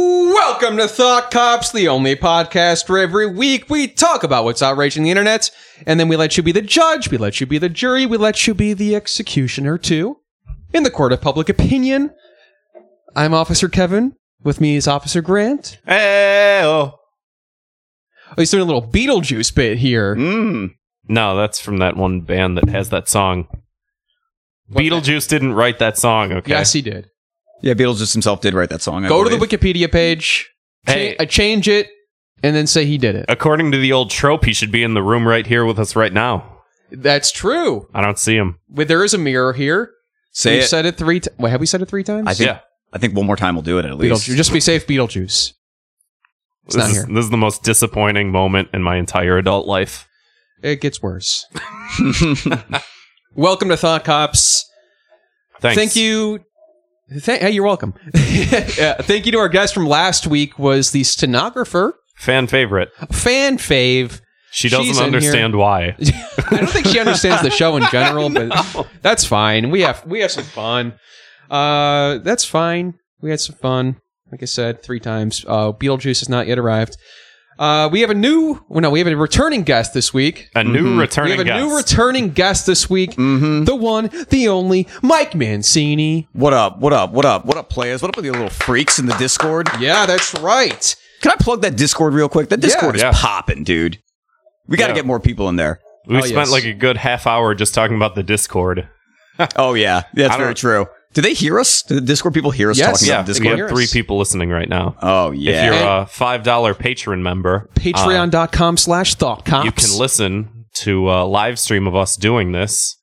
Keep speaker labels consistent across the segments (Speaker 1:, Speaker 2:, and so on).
Speaker 1: Welcome to Thought Cops, the only podcast where every week we talk about what's outraging the internet, and then we let you be the judge, we let you be the jury, we let you be the executioner too. In the court of public opinion, I'm Officer Kevin. With me is Officer Grant.
Speaker 2: Hey, oh.
Speaker 1: Oh, he's doing a little Beetlejuice bit here.
Speaker 2: Mm.
Speaker 3: No, that's from that one band that has that song.
Speaker 1: What
Speaker 3: Beetlejuice didn't write that song, okay?
Speaker 1: Yes, he did.
Speaker 2: Yeah, Beetlejuice himself did write that song. I
Speaker 1: Go to the
Speaker 2: believe.
Speaker 1: Wikipedia page, cha-
Speaker 3: Hey.
Speaker 1: uh, change it, and then say he did
Speaker 2: Uh,
Speaker 1: it.
Speaker 3: According to the old trope, he should be in the room right here with us right now.
Speaker 1: That's true.
Speaker 3: I don't see him.
Speaker 1: Well, There is a mirror here.
Speaker 2: Say
Speaker 1: We've
Speaker 2: it.
Speaker 1: said it three times. Wait, have we said it three times?
Speaker 2: I think.
Speaker 3: Yeah.
Speaker 2: I think one more time will do it at least.
Speaker 1: Beetlejuice. Just be safe, Beetlejuice. It's
Speaker 3: this,
Speaker 1: not
Speaker 3: is,
Speaker 1: here.
Speaker 3: this is the most disappointing moment in my entire adult life.
Speaker 1: It gets worse. Welcome to Thought Cops.
Speaker 3: Thanks.
Speaker 1: Thank you. Th- hey, you're welcome. Yeah, thank you to our guest from last week was the stenographer,
Speaker 3: Fan favorite.
Speaker 1: fan fave.
Speaker 3: She
Speaker 1: She's
Speaker 3: doesn't
Speaker 1: in
Speaker 3: understand why.
Speaker 1: I don't think she understands the show in general, but that's fine. We have we have some fun. Uh, that's fine. We had some fun. Like I said, three times. Uh, Beetlejuice has not yet arrived. Uh, we have a new. Well, no, we have a returning guest this week.
Speaker 3: A new
Speaker 2: Mhm.
Speaker 3: returning
Speaker 1: we Mm-hmm. have a
Speaker 3: guest.
Speaker 1: new returning guest this week.
Speaker 2: hmm
Speaker 1: The one, the only, Mike Mancini.
Speaker 2: What up? What up? What up? What up, players? What up with you little freaks in the Discord?
Speaker 1: Yeah, that's right.
Speaker 2: Can I plug that Discord real quick? That Discord
Speaker 3: Yeah.
Speaker 2: is popping, dude. We got to
Speaker 3: Yeah.
Speaker 2: get more people in there.
Speaker 3: we
Speaker 1: Oh,
Speaker 3: spent
Speaker 1: yes.
Speaker 3: like a good half hour just talking about the Discord.
Speaker 2: Oh yeah,
Speaker 3: I
Speaker 2: that's
Speaker 3: don't-
Speaker 2: very true. Do they hear us? Do the Discord people hear us
Speaker 1: Yes.
Speaker 2: talking
Speaker 1: Yeah,
Speaker 3: we
Speaker 2: about Discord?
Speaker 1: hear
Speaker 3: have three
Speaker 1: us.
Speaker 3: people listening right now.
Speaker 2: Oh
Speaker 3: If
Speaker 2: yeah.
Speaker 3: you're a $5 patron member, uh,
Speaker 1: Patreon.com slash thought cops.
Speaker 3: you can listen to a live stream of us doing this.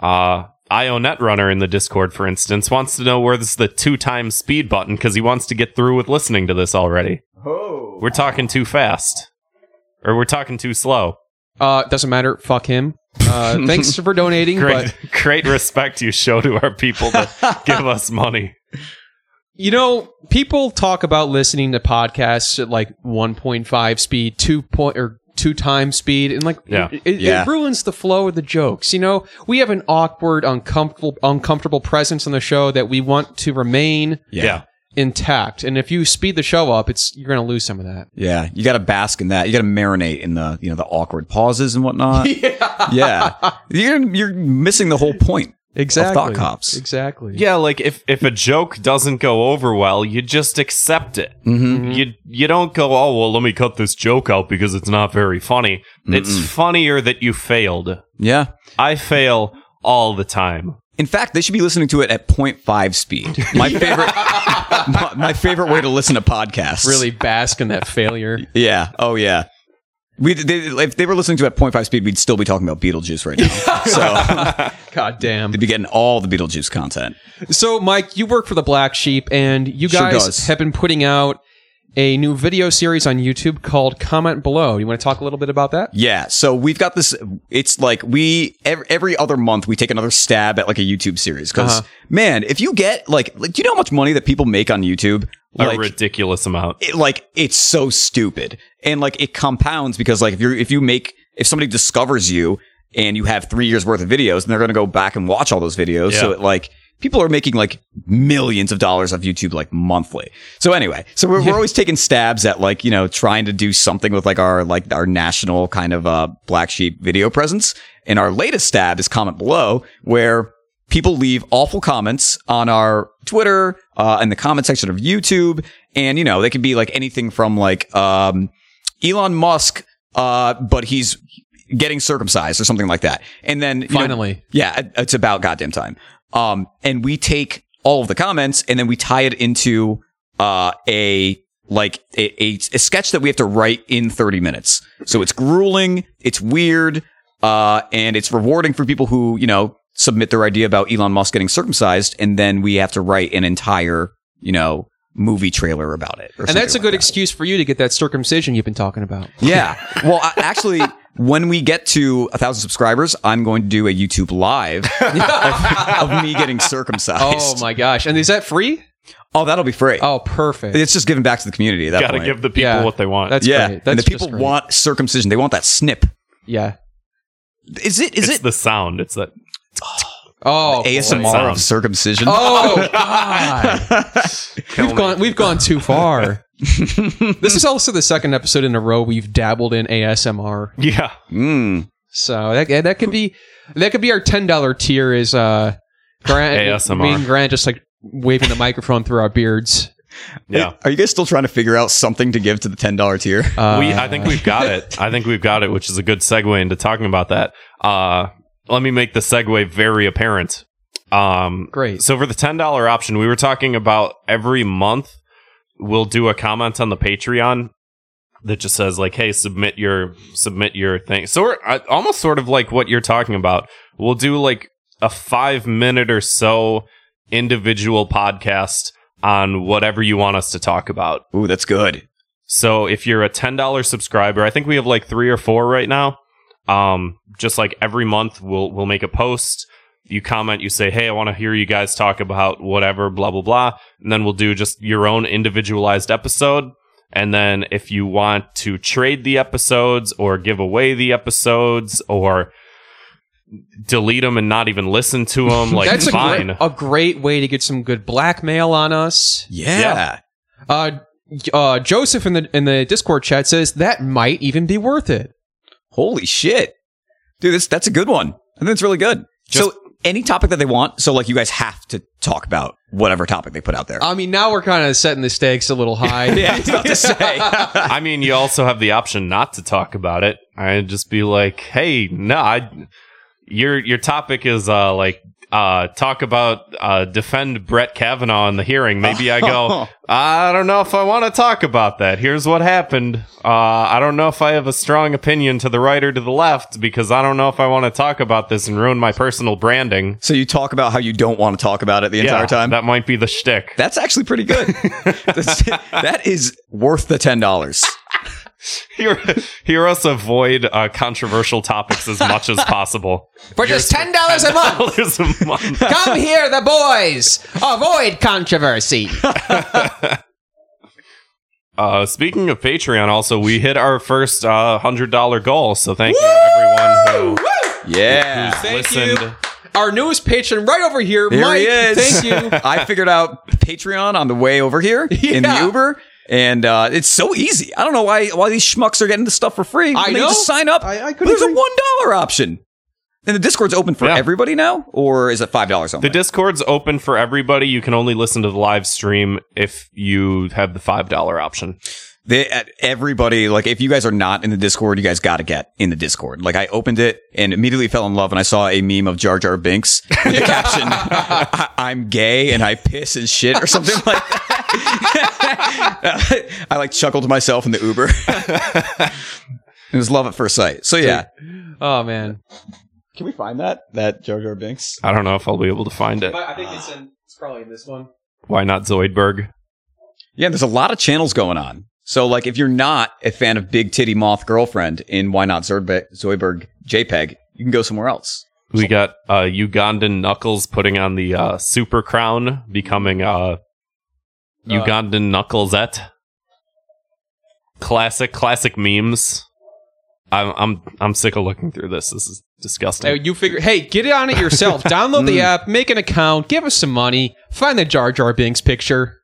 Speaker 3: Uh, IO Netrunner in the Discord, for instance, wants to know where's the two time speed button because he wants to get through with listening to this already.
Speaker 2: oh.
Speaker 3: We're talking too fast, or we're talking too slow.
Speaker 1: Uh, doesn't matter. Fuck him. Uh, thanks for donating.
Speaker 3: Great,
Speaker 1: But
Speaker 3: great respect you show to our people that give us money.
Speaker 1: you know, people talk about listening to podcasts at like 1.5 speed, two point or two times speed, and like
Speaker 3: Yeah.
Speaker 1: it, it
Speaker 2: Yeah.
Speaker 1: ruins the flow of the jokes. You know, we have an awkward, uncomfortable, uncomfortable presence on the show that we want to remain
Speaker 2: Yeah. yeah.
Speaker 1: intact. And if you speed the show up, it's you're going to lose some of that.
Speaker 2: you got to bask in that. You got to marinate in the you know the awkward pauses and whatnot.
Speaker 1: Yeah,
Speaker 2: yeah, you're you're missing the whole point.
Speaker 1: exactly.
Speaker 2: Cops.
Speaker 1: Exactly.
Speaker 3: Yeah, like if, if a joke doesn't go over well, you just accept it.
Speaker 2: Mm-hmm.
Speaker 3: You you don't go, oh well, let me cut this joke out because it's not very funny. It's funnier that you failed.
Speaker 2: Yeah.
Speaker 3: I fail all the time.
Speaker 2: In fact, they should be listening to it at 0.5 speed. My favorite, my, my favorite way to listen to podcasts.
Speaker 1: Really bask in that failure.
Speaker 2: Yeah. Oh yeah. We they, if they were listening to it at 0.5 speed, we'd still be talking about Beetlejuice right now. so
Speaker 1: God damn.
Speaker 2: they'd be getting all the Beetlejuice content.
Speaker 1: So, Mike, you work for the Black Sheep, and you
Speaker 2: Sure
Speaker 1: guys
Speaker 2: does.
Speaker 1: have been putting out a new video series on YouTube called Comment Below. You want to talk a little bit about that?
Speaker 2: Yeah. So we've got this. It's like we every, every other month we take another stab at like a YouTube series because
Speaker 1: Uh-huh.
Speaker 2: man, if you get like, like, do you know how much money that people make on YouTube?
Speaker 3: A
Speaker 2: Like,
Speaker 3: ridiculous amount.
Speaker 2: it, like it's so stupid and like it compounds because like if you if you make if somebody discovers you and you have three years worth of videos and they're going to go back and watch all those videos so
Speaker 3: Yeah.
Speaker 2: it like people are making like millions of dollars off youtube like monthly so anyway so we're, we're always taking stabs at like you know trying to do something with like our like our national kind of uh black sheep video presence and our latest stab is comment below where people leave awful comments on our Twitter, uh, in the comment section of YouTube. And, you know, they can be like anything from like, um, Elon Musk, uh, but he's getting circumcised or something like that. And then you know-
Speaker 1: Finally.
Speaker 2: yeah, it- it's about goddamn time. Um, and we take all of the comments and then we tie it into, uh, a, like a, a, a sketch that we have to write in 30 minutes. So it's grueling. It's weird uh, and it's rewarding for people who you know submit their idea about Elon Musk getting circumcised, and then we have to write an entire you know movie trailer about it. or
Speaker 1: and that's a
Speaker 2: something
Speaker 1: good
Speaker 2: like that.
Speaker 1: excuse for you to get that circumcision you've been talking about.
Speaker 2: Yeah. Well, I, actually, when we get to a thousand subscribers, I'm going to do a YouTube live of, of me getting circumcised.
Speaker 1: Oh my gosh. And is that free?
Speaker 2: Oh, that'll be free.
Speaker 1: Oh, perfect.
Speaker 2: It's just giving back to the community. At that
Speaker 3: Gotta
Speaker 2: point.
Speaker 3: give the people
Speaker 1: Yeah.
Speaker 3: what they want.
Speaker 1: That's
Speaker 2: yeah,
Speaker 1: great. That's
Speaker 2: and the
Speaker 1: just
Speaker 2: people
Speaker 1: great.
Speaker 2: want circumcision. They want that snip.
Speaker 1: Yeah.
Speaker 2: Is it? Is
Speaker 3: it's
Speaker 2: it
Speaker 3: the sound. It's that
Speaker 1: Oh, boy.
Speaker 2: ASMR of circumcision?
Speaker 1: Oh God.
Speaker 3: kill
Speaker 1: We've
Speaker 3: me.
Speaker 1: gone. We've gone too far. This is also the second episode in a row we've dabbled in ASMR.
Speaker 3: Yeah.
Speaker 2: Mm.
Speaker 1: So that that could be that could be our ten dollar tier is uh Grant
Speaker 3: ASMR.
Speaker 1: me and Grant just like waving the microphone through our beards.
Speaker 3: Yeah.
Speaker 2: Are you guys still trying to figure out something to give to the ten dollar tier?
Speaker 1: Uh,
Speaker 3: we I think we've got it. I think we've got it, which is a good segue into talking about that. Uh let me make the segue very apparent. Um
Speaker 1: great.
Speaker 3: so for the ten dollar option, we were talking about every month we'll do a comment on the Patreon that just says like, "Hey, submit your submit your thing." So we're uh, almost sort of like what you're talking about. We'll do like a five minute or so individual podcast on whatever you want us to talk about.
Speaker 2: Ooh, that's good.
Speaker 3: So if you're a $10 subscriber, I think we have like 3 or 4 right now. Um just like every month we'll we'll make a post, you comment, you say, "Hey, I want to hear you guys talk about whatever blah blah blah." And then we'll do just your own individualized episode. And then if you want to trade the episodes or give away the episodes or delete them and not even listen to them, like
Speaker 1: That's a
Speaker 3: fine.
Speaker 1: great, a great way to get some good blackmail on us.
Speaker 2: Yeah.
Speaker 3: Yeah.
Speaker 1: Uh, uh, Joseph in the in the Discord chat says that might even be worth it.
Speaker 2: Holy shit, dude! This that's a good one. I think it's really good.
Speaker 3: Just-
Speaker 2: so any topic that they want. So like you guys have to talk about whatever topic they put out
Speaker 3: Uh,
Speaker 2: there.
Speaker 1: I mean, now we're kind of setting the stakes a little high.
Speaker 2: yeah, I was about to say.
Speaker 3: I mean, you also have the option not to talk about it. I'd just be like, "Hey, no, I, your your topic is uh like uh talk about uh defend Brett Kavanaugh in the hearing." Maybe I go, "I don't know if I want to talk about that. Here's what happened. Uh I don't know if I have a strong opinion to the right or to the left because I don't know if I want to talk about this and ruin my personal branding."
Speaker 2: So you talk about how you don't want to talk about it the entire time.
Speaker 3: that might be the shtick.
Speaker 2: That's actually pretty good. That's- that is worth the ten dollars.
Speaker 3: Hear, hear us avoid uh, controversial topics as much as possible.
Speaker 1: For just ten dollars a month,
Speaker 3: dollars a month.
Speaker 1: come here, the boys. Avoid controversy.
Speaker 3: Uh, speaking of Patreon, also we hit our first uh, hundred dollar goal, so thank you to everyone who
Speaker 2: Yeah.
Speaker 1: Thank you.
Speaker 3: listened.
Speaker 1: Our newest patron, right over here,
Speaker 2: Here
Speaker 1: Mike.
Speaker 2: he is.
Speaker 1: Thank you.
Speaker 2: I figured out Patreon on the way over here in the
Speaker 1: Yeah.
Speaker 2: Uber. And uh, it's so easy. I don't know why why these schmucks are getting this stuff for free.
Speaker 1: I
Speaker 2: they
Speaker 1: know.
Speaker 2: Just sign up.
Speaker 1: I- I
Speaker 2: But
Speaker 1: could
Speaker 2: There's a one
Speaker 1: agree.
Speaker 2: dollar option, and the Discord's open for
Speaker 3: Yeah.
Speaker 2: everybody now, or is it five dollars
Speaker 3: The
Speaker 2: only?
Speaker 3: Discord's open for everybody. You can only listen to the live stream if you have the five dollar option.
Speaker 2: they, at everybody, like if you guys are not in the Discord, you guys got to get in the Discord. Like I opened it and immediately fell in love, and I saw a meme of Jar Jar Binks with the caption, I- "I'm gay and I piss and shit" or something like that. I like chuckled to myself in the Uber. it was love at first sight. So yeah,
Speaker 1: Oh man,
Speaker 2: can we find that that Jar Jar Binks?
Speaker 3: I don't know if I'll be able to find it.
Speaker 1: I think it's in. It's probably in this one.
Speaker 3: Why not Zoidberg?
Speaker 2: Yeah, there's a lot of channels going on. So like if you're not a fan of Big Titty Moth Girlfriend in Why Not Zoidberg, Zoidberg JPEG, you can go somewhere else.
Speaker 3: We got uh, Ugandan Knuckles putting on the uh, super crown, becoming uh, Ugandan Knucklesette. Classic, classic memes. I'm, I'm, I'm sick of looking through this. This is disgusting.
Speaker 1: Hey, Oh, you figure. Hey, get on it yourself. Download the app, make an account, give us some money, find the Jar Jar Binks picture.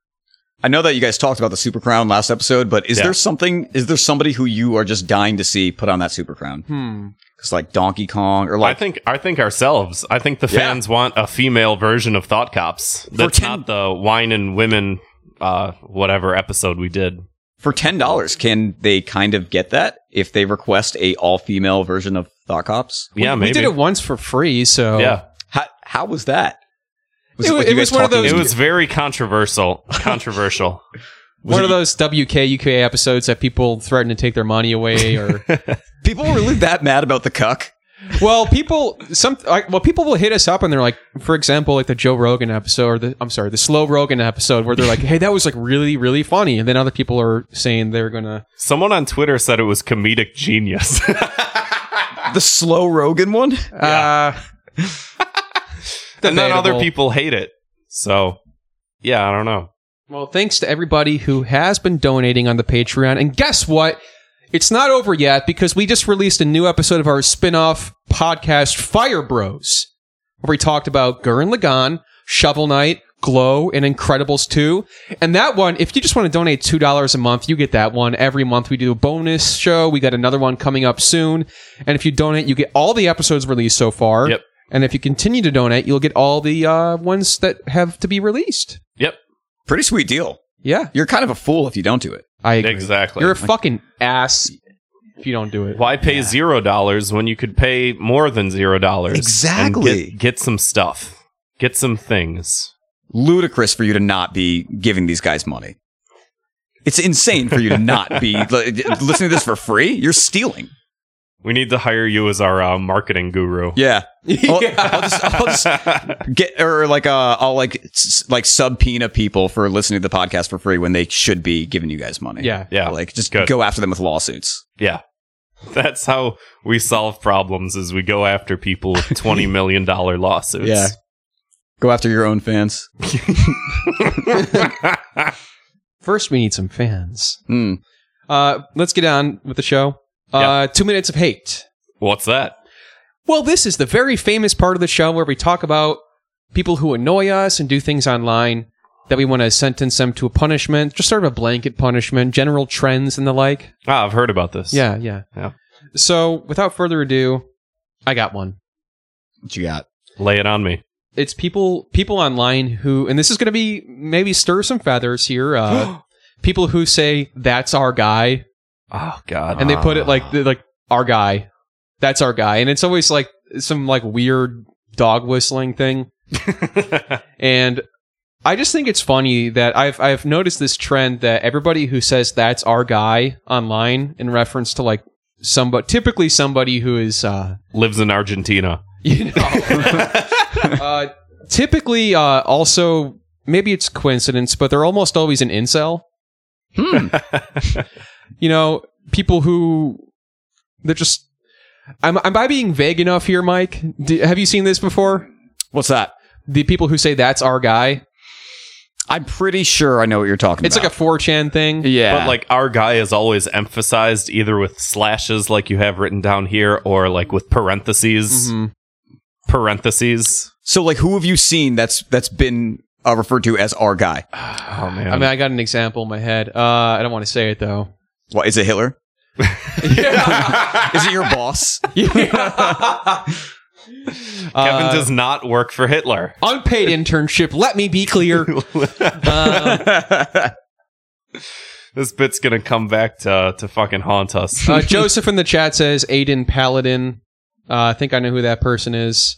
Speaker 2: I know that you guys talked about the super crown last episode, but is
Speaker 3: Yeah.
Speaker 2: there something? Is there somebody who you are just dying to see put on that super crown?
Speaker 1: Hmm.
Speaker 2: Because like Donkey Kong or
Speaker 3: I
Speaker 2: like
Speaker 3: think, I think ourselves. I think the
Speaker 2: Yeah.
Speaker 3: fans want a female version of Thought Cops. That's
Speaker 2: ten-
Speaker 3: not the wine and women, uh, whatever episode we did.
Speaker 2: for ten dollars, can they kind of get that if they request a all female version of Thought Cops?
Speaker 3: yeah,
Speaker 1: We
Speaker 3: maybe.
Speaker 1: did it once for free, so
Speaker 3: yeah,
Speaker 2: How, how was that?
Speaker 1: It wa-
Speaker 2: like
Speaker 1: it
Speaker 2: you guys
Speaker 1: was one of
Speaker 2: talking
Speaker 1: those-
Speaker 3: it
Speaker 2: to-
Speaker 3: was very controversial. Controversial.
Speaker 2: Was
Speaker 1: one
Speaker 2: it-
Speaker 1: of those WK UK episodes that people threaten to take their money away, or
Speaker 2: people were really that mad about the cuck.
Speaker 1: well, people some like, well people will hit us up and they're like, for example, like the Joe Rogan episode, or the I'm sorry, the Slow Rogan episode, where they're like, hey, that was like really really funny, and then other people are saying they're gonna
Speaker 3: Someone on Twitter said it was comedic genius.
Speaker 2: The slow Rogan one.
Speaker 1: uh,
Speaker 3: and then other
Speaker 1: Debatable.
Speaker 3: people hate it. So, yeah, I don't know.
Speaker 1: Well, thanks to everybody who has been donating on the Patreon. And guess what? It's not over yet because we just released a new episode of our spin-off podcast Fire Bros, where we talked about Gurren Lagann, Shovel Knight, Glow, and Incredibles 2. And that one, if you just want to donate $2 a month, you get that one. Every month we do a bonus show. We got another one coming up soon. And if you donate, you get all the episodes released so far.
Speaker 3: Yep.
Speaker 1: And if you continue to donate, you'll get all the uh, ones that have to be released.
Speaker 3: Yep.
Speaker 2: Pretty sweet deal.
Speaker 1: Yeah,
Speaker 2: You're kind of a fool if you don't do it.
Speaker 1: I agree.
Speaker 3: Exactly.
Speaker 1: You're a fucking ass if you don't do it.
Speaker 3: Why pay zero dollars when you could pay more than zero dollars?
Speaker 2: Exactly.
Speaker 3: Get, get some stuff. Get some things.
Speaker 2: Ludicrous for you to not be giving these guys money. It's insane for you to not be li- listening to this for free. You're stealing.
Speaker 3: We need to hire you as our uh, marketing guru.
Speaker 2: Yeah. I'll,
Speaker 1: Yeah.
Speaker 2: I'll just, I'll just get or like uh, I'll like s- like subpoena people for listening to the podcast for free when they should be giving you guys money.
Speaker 1: Yeah.
Speaker 3: yeah.
Speaker 2: Like just
Speaker 3: Good.
Speaker 2: go after them with lawsuits.
Speaker 3: Yeah. That's how we solve problems is we go after people with twenty million dollar lawsuits.
Speaker 2: Yeah. Go after your own fans.
Speaker 1: First, we need some fans.
Speaker 2: Hmm.
Speaker 1: Uh, let's get on with the show. Uh, Two minutes of hate.
Speaker 3: What's that?
Speaker 1: Well, this is the very famous part of the show where we talk about people who annoy us and do things online that we want to sentence them to a punishment, just sort of a blanket punishment, general trends and the like.
Speaker 3: Ah, I've heard about this.
Speaker 1: Yeah, yeah.
Speaker 3: Yeah.
Speaker 1: So, without further ado, I got one.
Speaker 2: What you got?
Speaker 3: Lay it on me.
Speaker 1: It's people people online who and this is going to be maybe stir some feathers here. Uh people who say that's our guy
Speaker 3: Oh God.
Speaker 1: and they put it
Speaker 3: Ah.
Speaker 1: like they're like our guy. That's our guy. And it's always like some like weird dog whistling thing. And I just think it's funny that I've I've noticed this trend that everybody who says that's our guy online in reference to like somebody typically somebody who is uh
Speaker 3: lives in Argentina.
Speaker 1: you know uh typically uh also maybe it's coincidence but they're almost always an incel.
Speaker 2: Hmm.
Speaker 1: You know, people who they're just I'm am I being vague enough here, Mike? D have you seen this before?
Speaker 2: What's that?
Speaker 1: The people who say that's our guy.
Speaker 2: I'm pretty sure I know what you're talking
Speaker 1: It's like
Speaker 2: about.
Speaker 1: a 4chan thing.
Speaker 2: yeah,
Speaker 3: But like our guy is always emphasized either with slashes like you have written down here or like with parentheses.
Speaker 1: Mhm.
Speaker 3: Parentheses.
Speaker 2: so like who have you seen that's that's been uh, referred to as our guy?
Speaker 3: Oh man.
Speaker 1: I mean, I got an example in my head. Uh, I don't want to say it though.
Speaker 2: What is it? Hitler?
Speaker 1: yeah.
Speaker 2: Is it your boss?
Speaker 3: Kevin
Speaker 1: Uh,
Speaker 3: does not work for Hitler.
Speaker 1: unpaid internship. Let me be clear. Um,
Speaker 3: This bit's gonna come back to to fucking haunt us.
Speaker 1: uh, Joseph in the chat says Aiden Paladin. Uh, I think I know who that person is.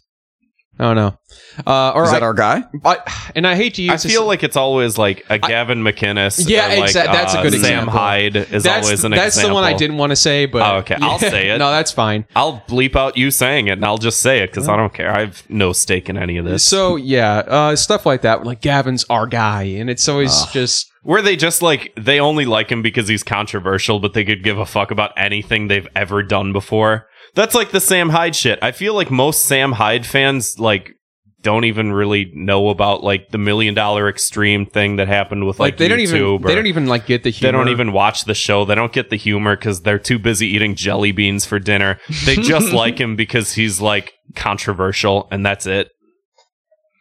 Speaker 1: I don't know. Uh, or
Speaker 2: Is that
Speaker 1: I-
Speaker 2: our guy?
Speaker 1: I- and I hate to use.
Speaker 3: I
Speaker 1: this-
Speaker 3: feel like it's always like a Gavin McInnes.
Speaker 1: Yeah,
Speaker 3: or like,
Speaker 1: exact- that's a
Speaker 3: uh,
Speaker 1: good
Speaker 3: Sam
Speaker 1: example.
Speaker 3: Hyde is
Speaker 1: that's
Speaker 3: always an
Speaker 1: that's
Speaker 3: example.
Speaker 1: the one I didn't want to say, but
Speaker 3: Oh, okay. I'll say it.
Speaker 1: No, that's fine.
Speaker 3: I'll bleep out you saying it, and I'll just say it because I don't care. I've no stake in any of this.
Speaker 1: So yeah, uh, stuff like that. Like Gavin's our guy, and it's always just
Speaker 3: Were they just like they only like him because he's controversial, but they could give a fuck about anything they've ever done before? That's like the Sam Hyde shit. I feel like most Sam Hyde fans like don't even really know about like the million dollar extreme thing that happened with
Speaker 1: like,
Speaker 3: like,
Speaker 1: they don't even
Speaker 3: YouTube or-
Speaker 1: they don't even like get the humor.
Speaker 3: They don't even watch the show. They don't get the humor because they're too busy eating jelly beans for dinner. They just like him because he's like controversial, and that's it.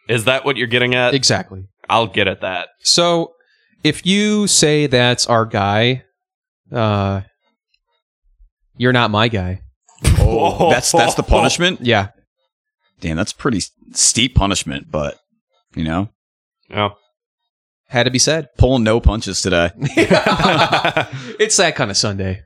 Speaker 3: Is that what you're getting at?
Speaker 1: exactly.
Speaker 3: I'll get at that.
Speaker 1: So if you say that's our guy, uh, you're not my guy.
Speaker 2: Oh, that's that's the punishment.
Speaker 1: Yeah.
Speaker 2: Damn, that's pretty s- steep punishment, but you know,
Speaker 3: Oh.
Speaker 1: Had to be said.
Speaker 2: pulling no punches today.
Speaker 1: it's that kind of Sunday.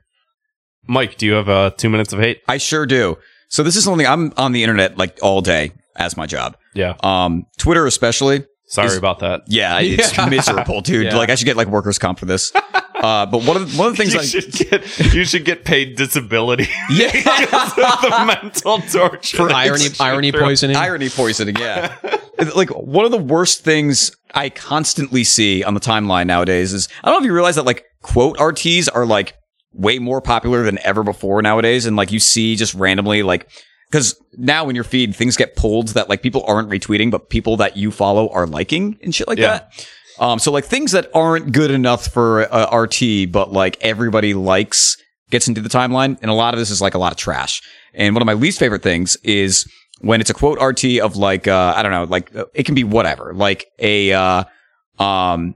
Speaker 3: Mike, do you have uh, two minutes of hate?
Speaker 2: I sure do. So this is something I'm on the internet like all day as my job.
Speaker 3: Yeah.
Speaker 2: Um, Twitter especially.
Speaker 3: Sorry
Speaker 2: Is-
Speaker 3: about that.
Speaker 2: Yeah, it's
Speaker 1: Yeah.
Speaker 2: miserable, dude.
Speaker 1: Yeah.
Speaker 2: Like I should get like workers comp for this. Uh, but one of the, one of the things
Speaker 3: you
Speaker 2: I
Speaker 3: should get you should get paid disability
Speaker 2: yeah
Speaker 3: because of the mental torture
Speaker 1: For
Speaker 3: that
Speaker 1: irony,
Speaker 3: you
Speaker 1: irony
Speaker 3: threw.
Speaker 1: poisoning.
Speaker 2: irony poisoning. Yeah. like one of the worst things I constantly see on the timeline nowadays is I don't know if you realize that like quote RTs are like way more popular than ever before nowadays. And like you see just randomly like, cause now in your feed, things get pulled that like people aren't retweeting, but people that you follow are liking and shit like
Speaker 3: Yeah.
Speaker 2: that. Um, so like things that aren't good enough for uh, RT, but like everybody likes gets into the timeline. And a lot of this is like a lot of trash. And one of my least favorite things is when it's a quote RT of like uh, I don't know, like uh, it can be whatever, like a uh, um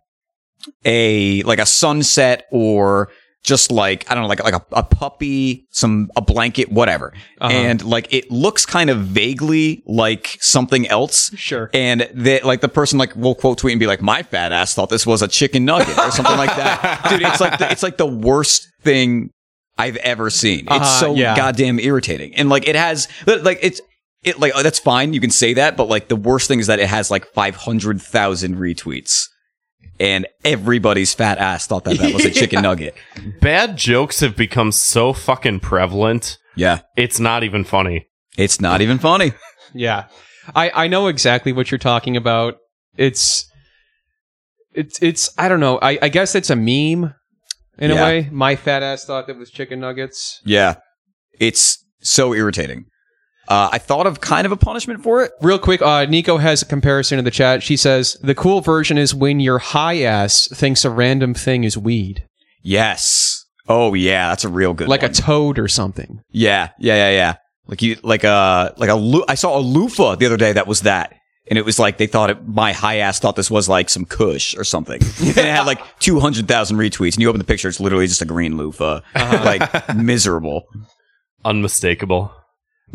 Speaker 2: a like a sunset or just like I don't know, like like a, a puppy, some a blanket, whatever,
Speaker 1: Uh-huh.
Speaker 2: and like it looks kind of vaguely like something else.
Speaker 1: Sure.
Speaker 2: And that like the person like will quote tweet and be like, "My fat ass thought this was a chicken nugget or something like that." Dude, it's like the, it's like the worst thing I've ever seen.
Speaker 1: Uh-huh,
Speaker 2: it's so
Speaker 1: yeah.
Speaker 2: goddamn irritating. And like it has like it's it like oh, that's fine, you can say that, but like the worst thing is that it has like five hundred thousand retweets. And everybody's fat ass thought that that was a chicken nugget.
Speaker 3: Bad jokes have become so fucking prevalent.
Speaker 2: Yeah,
Speaker 3: It's not even funny.
Speaker 2: it's not even funny.
Speaker 1: Yeah. I, I know exactly what you're talking about. It's it's it's I don't know. I, I guess it's a meme in a
Speaker 2: Yeah.
Speaker 1: way. My fat ass thought that was chicken nuggets.
Speaker 2: Yeah, it's so irritating. Uh, I thought of kind of a punishment for it.
Speaker 1: Real quick, uh, Nico has a comparison in the chat. She says the cool version is when your high ass thinks a random thing is weed,
Speaker 2: Yes. Oh yeah, that's a real good.
Speaker 1: like
Speaker 2: one.
Speaker 1: a toad or something.
Speaker 2: yeah, yeah, yeah, yeah. Like you, like a like a. lu- I saw a loofah the other day that was that, and it was like they thought it. My high ass thought this was like some Kush or something, and it had like two hundred thousand retweets. And you open the picture, it's literally just a green loofah,
Speaker 1: Uh-huh.
Speaker 2: like miserable,
Speaker 3: Unmistakable.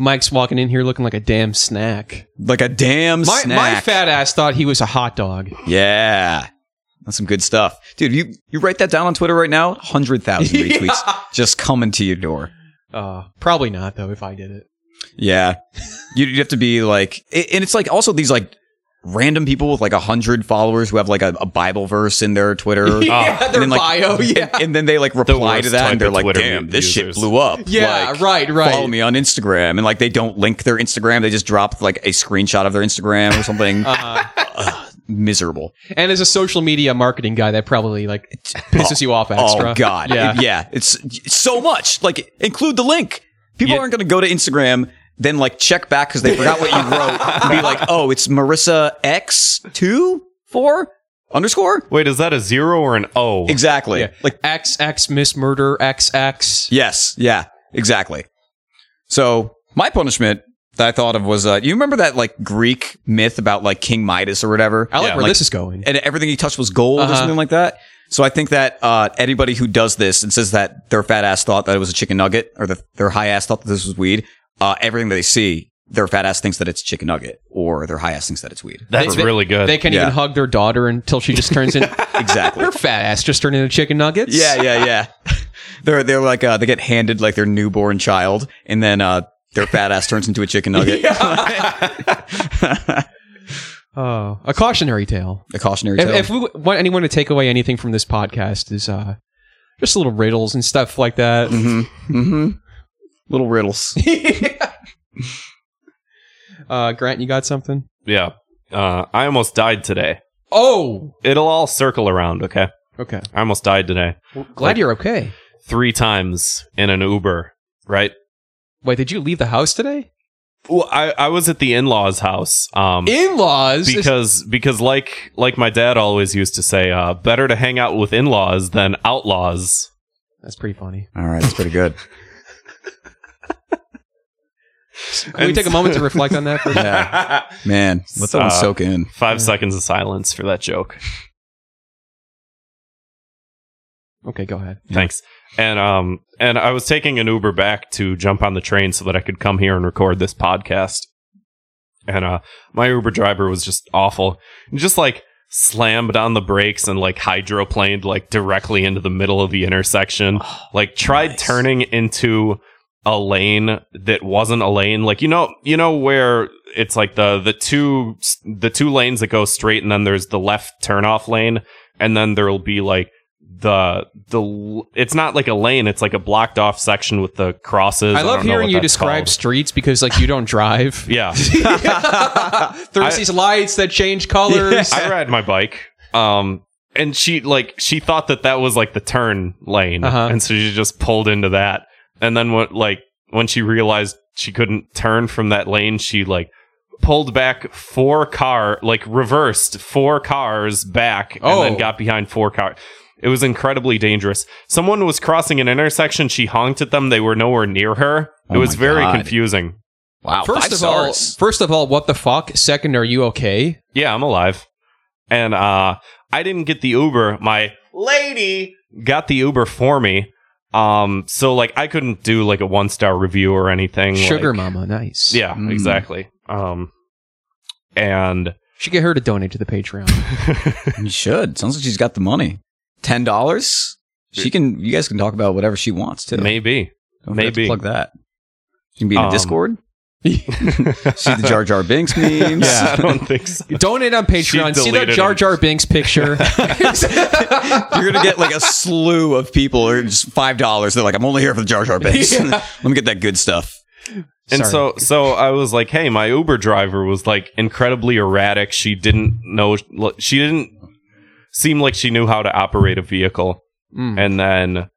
Speaker 1: Mike's walking in here looking like a damn snack.
Speaker 2: like a damn
Speaker 1: My, my
Speaker 2: snack.
Speaker 1: fat ass thought he was a hot dog.
Speaker 2: yeah. That's some good stuff, dude. You you write that down on Twitter right now, hundred thousand
Speaker 1: Yeah.
Speaker 2: retweets just coming to your door.
Speaker 1: Uh, probably not though. If I did it,
Speaker 2: Yeah. You'd you'd have to be like, it- and it's like also these like random people with like a hundred followers who have like a, a Bible verse in their Twitter.
Speaker 1: yeah, their
Speaker 2: then, like-
Speaker 1: bio, yeah,
Speaker 2: And then they like reply to
Speaker 3: Oh. worst
Speaker 2: that
Speaker 3: type
Speaker 2: and they're
Speaker 3: of
Speaker 2: like,
Speaker 3: Twitter
Speaker 2: damn, this shit
Speaker 3: users.
Speaker 2: blew up.
Speaker 1: yeah,
Speaker 2: Like,
Speaker 1: right, right.
Speaker 2: Follow me on Instagram. And like they don't link their Instagram. They just drop like a screenshot of their Instagram or something.
Speaker 1: Uh,
Speaker 2: Miserable.
Speaker 1: and as a social media marketing guy, that probably like pisses you off extra.
Speaker 2: Oh God.
Speaker 1: Yeah.
Speaker 2: Yeah. Yeah. It's it's so much. Like include the link. People
Speaker 3: Yeah.
Speaker 2: aren't going to go to Instagram, then like check back because they forgot what you wrote and be like, oh, it's Marissa X two four underscore.
Speaker 3: Wait, is that a zero or an O?
Speaker 2: Exactly.
Speaker 1: Yeah.
Speaker 2: Like
Speaker 1: X X Miss Murder X X.
Speaker 2: yes. Yeah. Exactly. So my punishment that I thought of was, uh, you remember that like Greek myth about like King Midas or whatever?
Speaker 1: I like
Speaker 3: Yeah,
Speaker 1: where
Speaker 2: like-
Speaker 1: this is going.
Speaker 2: and everything he touched was gold
Speaker 1: Uh-huh.
Speaker 2: or something like that. So I think that uh, anybody who does this and says that their fat ass thought that it was a chicken nugget or the, their high ass thought that this was weed, uh, everything that they see, their fat ass thinks that it's chicken nugget or their high ass thinks that it's weed.
Speaker 3: That's
Speaker 1: They- they-
Speaker 3: really good.
Speaker 1: They can
Speaker 2: Uh, yeah.
Speaker 1: even hug their daughter until she just turns in. her
Speaker 2: exactly.
Speaker 1: fat ass just turned into chicken nuggets.
Speaker 2: yeah, yeah, yeah. They're they're like uh, they get handed like their newborn child, and then uh, their fat ass turns into a chicken nugget.
Speaker 1: Oh, a cautionary tale.
Speaker 2: a cautionary
Speaker 1: If,
Speaker 2: tale.
Speaker 1: if we want anyone to take away anything from this podcast, is uh, just little riddles and stuff like that.
Speaker 2: mm-hmm. Mm-hmm. Little riddles.
Speaker 1: Uh, Grant, you got something?
Speaker 3: yeah. Uh, I almost died today.
Speaker 1: Oh,
Speaker 3: It'll all circle around, okay?
Speaker 1: okay.
Speaker 3: I almost died today.
Speaker 1: Glad you're okay.
Speaker 3: Three times in an Uber, right?
Speaker 1: Wait, did you leave the house today?
Speaker 3: Well, I, I was at the in law's house. Um,
Speaker 1: In-laws.
Speaker 3: because because like like my dad always used to say, uh, better to hang out with in-laws than outlaws.
Speaker 1: That's pretty funny.
Speaker 2: All right, that's pretty good.
Speaker 1: Can we
Speaker 3: And
Speaker 1: take a
Speaker 3: so-
Speaker 1: moment to reflect on that? For a
Speaker 2: Yeah, man, let that one
Speaker 3: Uh,
Speaker 2: soak in.
Speaker 3: Five seconds of silence for that joke.
Speaker 1: okay, go ahead.
Speaker 3: Thanks. And um and I was taking an Uber back to jump on the train so that I could come here and record this podcast. And uh my Uber driver was just awful. He just like slammed on the brakes and like hydroplaned like directly into the middle of the intersection.
Speaker 1: Oh,
Speaker 3: Like tried
Speaker 2: nice.
Speaker 3: turning into a lane that wasn't a lane. Like you know you know where it's like the the two the two lanes that go straight and then there's the left turnoff lane and then there'll be like the the l- it's not like a lane it's like a blocked off section with the crosses
Speaker 1: I love
Speaker 3: don't know
Speaker 1: hearing
Speaker 3: what
Speaker 1: you
Speaker 3: that's
Speaker 1: describe
Speaker 3: called.
Speaker 1: streets because, like, you don't drive.
Speaker 3: yeah
Speaker 1: There's
Speaker 3: I-
Speaker 1: these lights that change colors.
Speaker 3: i ride my bike um and she like she thought that that was like the turn lane
Speaker 1: Uh-huh.
Speaker 3: and so she just pulled into that and then what like when she realized she couldn't turn from that lane she like pulled back four car like reversed four cars back
Speaker 1: Oh.
Speaker 3: and then got behind four cars it was incredibly dangerous someone was crossing an intersection she honked at them they were nowhere near her it
Speaker 2: Oh
Speaker 3: was
Speaker 2: my
Speaker 3: very
Speaker 2: God.
Speaker 3: confusing
Speaker 2: Wow.
Speaker 1: First
Speaker 2: five
Speaker 1: of
Speaker 2: stars.
Speaker 1: all, first of all, what the fuck? Second, are you okay?
Speaker 3: Yeah, I'm alive. And uh I didn't get the Uber. My lady got the Uber for me. Um so like I couldn't do like a one star review or anything.
Speaker 1: Sugar
Speaker 3: like-
Speaker 1: mama, nice.
Speaker 3: Yeah,
Speaker 2: Mm.
Speaker 3: exactly. Um and
Speaker 1: should get her to donate to the Patreon.
Speaker 2: you should. Sounds like she's got the money. Ten dollars. She can. You guys can talk about whatever she wants too.
Speaker 3: maybe.
Speaker 2: Don't forget to
Speaker 3: maybe.
Speaker 2: plug that. She can be in a
Speaker 3: Um,
Speaker 2: Discord. See the Jar Jar Binks memes.
Speaker 3: yeah, I don't think so.
Speaker 1: Donate on Patreon. See that
Speaker 3: deleted
Speaker 1: Jar
Speaker 3: him.
Speaker 1: Jar Binks picture.
Speaker 2: You're gonna get like a slew of people who are just five dollars. They're like, I'm only here for the Jar Jar Binks.
Speaker 1: Yeah.
Speaker 2: Let me get that good stuff.
Speaker 3: And
Speaker 1: Sorry.
Speaker 3: so so I was like, "Hey, my Uber driver was like incredibly erratic. She didn't know she didn't seem like she knew how to operate a vehicle."
Speaker 1: Mm.
Speaker 3: And then,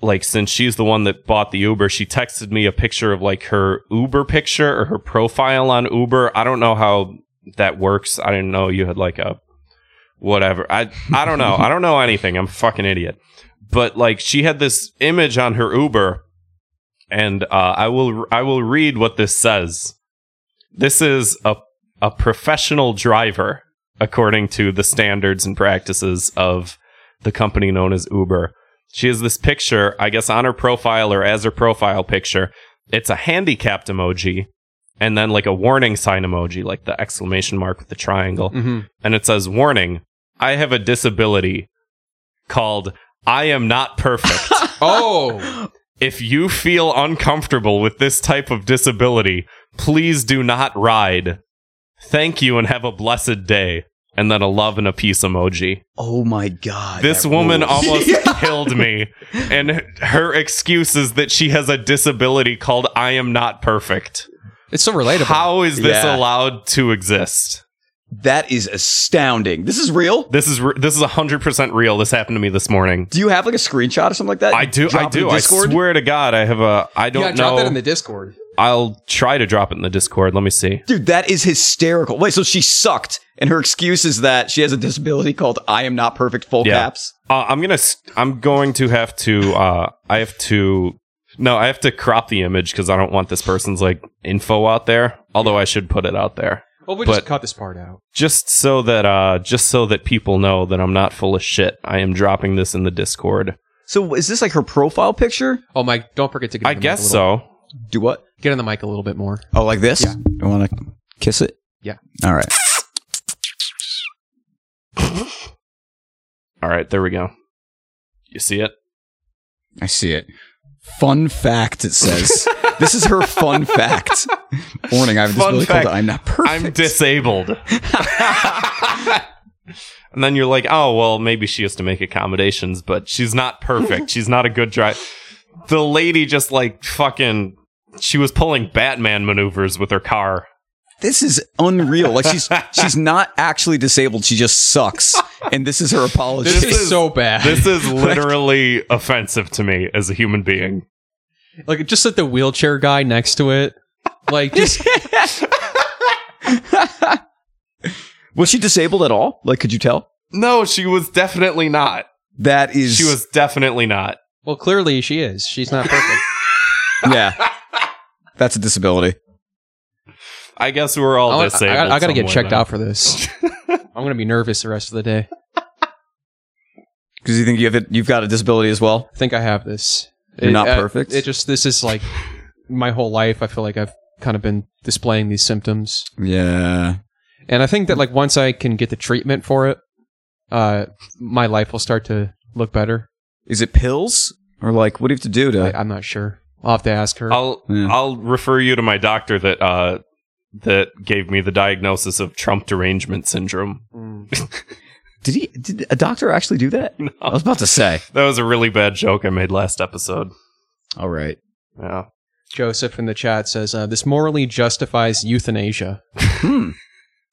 Speaker 3: like, since she's the one that bought the Uber, she texted me a picture of like her Uber picture or her profile on Uber. I don't know how that works. I didn't know you had like a whatever. I I don't know. I don't know anything. I'm a fucking idiot. But like, she had this image on her Uber, and uh, I will I will read what this says. This is a a professional driver according to the standards and practices of the company known as Uber. She has this picture, I guess, on her profile or as her profile picture. It's a handicapped emoji and then like a warning sign emoji, like the exclamation mark with the triangle.
Speaker 1: Mhm.
Speaker 3: And it says, Warning, I have a disability called I am not perfect.
Speaker 1: Oh,
Speaker 3: if you feel uncomfortable with this type of disability, please do not ride. Thank you and have a blessed day. And then a love and a peace emoji
Speaker 2: Oh my god.
Speaker 3: this
Speaker 2: that
Speaker 3: woman
Speaker 2: rules.
Speaker 3: almost killed me and her excuse is that she has a disability called i am not perfect
Speaker 1: it's so relatable.
Speaker 3: how is this
Speaker 2: Yeah.
Speaker 3: allowed to exist
Speaker 2: That is astounding. This is real.
Speaker 3: this is re- this is 100% real this happened to me this morning
Speaker 2: Do you have like a screenshot or something like that?
Speaker 3: i do
Speaker 2: Uh, Drop
Speaker 3: i
Speaker 2: it in
Speaker 3: do i
Speaker 2: Discord?
Speaker 3: swear to god i have a i
Speaker 1: yeah,
Speaker 3: don't
Speaker 1: drop
Speaker 3: know
Speaker 1: that in the Discord.
Speaker 3: i'll try to drop it in the discord let me see
Speaker 2: Dude, that is hysterical. Wait, so she sucked, and her excuse is that she has a disability called "I am not perfect." Full
Speaker 3: Yeah.
Speaker 2: caps.
Speaker 3: uh, i'm gonna s- i'm going to have to uh i have to no i have to crop the image because i don't want this person's like info out there although i should put it out there
Speaker 1: Well, we
Speaker 3: But-
Speaker 1: just cut this part out.
Speaker 3: just so that uh just so that people know that I'm not full of shit, I am dropping this in the Discord.
Speaker 2: So is this like her profile picture?
Speaker 1: Oh, Mike, don't forget to get.
Speaker 3: I
Speaker 1: on the mic
Speaker 3: guess
Speaker 1: a little-
Speaker 3: so.
Speaker 2: Do what?
Speaker 1: Get on the mic a little bit more.
Speaker 2: Oh, like this?
Speaker 1: Yeah.
Speaker 2: You want to kiss it?
Speaker 1: Yeah.
Speaker 2: All right.
Speaker 3: All right, there we go. You see it?
Speaker 2: I see it. Fun fact, it says. this is her fun fact. Warning, I have a
Speaker 3: Fun
Speaker 2: disability
Speaker 3: fact.
Speaker 2: called I'm not perfect.
Speaker 3: I'm disabled. and then you're like, "Oh, well, maybe she has to make accommodations, but she's not perfect. she's not a good driver." The lady just like fucking she was pulling Batman maneuvers with her car.
Speaker 2: This is unreal. Like she's she's not actually disabled. She just sucks. And this is her apology.
Speaker 1: This, is,
Speaker 3: is-
Speaker 1: so bad.
Speaker 3: This is literally offensive to me as a human being.
Speaker 1: like, just let the wheelchair guy next to it. Like, just
Speaker 2: was she disabled at all? Like, could you tell?
Speaker 3: No, she was definitely not.
Speaker 2: That is
Speaker 3: She was definitely not.
Speaker 1: well, clearly she is. She's not perfect.
Speaker 2: yeah. That's a disability.
Speaker 3: I guess we're all
Speaker 1: I, wanna-
Speaker 3: disabled.
Speaker 1: I, I gotta get
Speaker 3: somewhere
Speaker 1: checked
Speaker 3: now.
Speaker 1: out for this. I'm gonna be nervous the rest of the day.
Speaker 2: Because you think you have it, you've got a disability as well.
Speaker 1: I think I have this.
Speaker 2: You're
Speaker 1: It-
Speaker 2: not
Speaker 1: uh,
Speaker 2: perfect?
Speaker 1: It just this is like my whole life. I feel like I've kind of been displaying these symptoms,
Speaker 2: Yeah.
Speaker 1: and I think that like once I can get the treatment for it, uh, my life will start to look better.
Speaker 2: Is it pills or like what do you have to do
Speaker 1: I,
Speaker 2: to?
Speaker 1: I'm not sure. I'll have to ask her.
Speaker 3: I'll
Speaker 2: Yeah.
Speaker 3: I'll refer you to my doctor that uh that gave me the diagnosis of Trump derangement syndrome.
Speaker 1: Mm.
Speaker 2: Did he? Did a doctor actually do that? I was about to say.
Speaker 3: That was a really bad joke I made last episode.
Speaker 2: All right.
Speaker 3: Yeah.
Speaker 1: Joseph in the chat says uh, this morally justifies euthanasia.
Speaker 2: Hmm.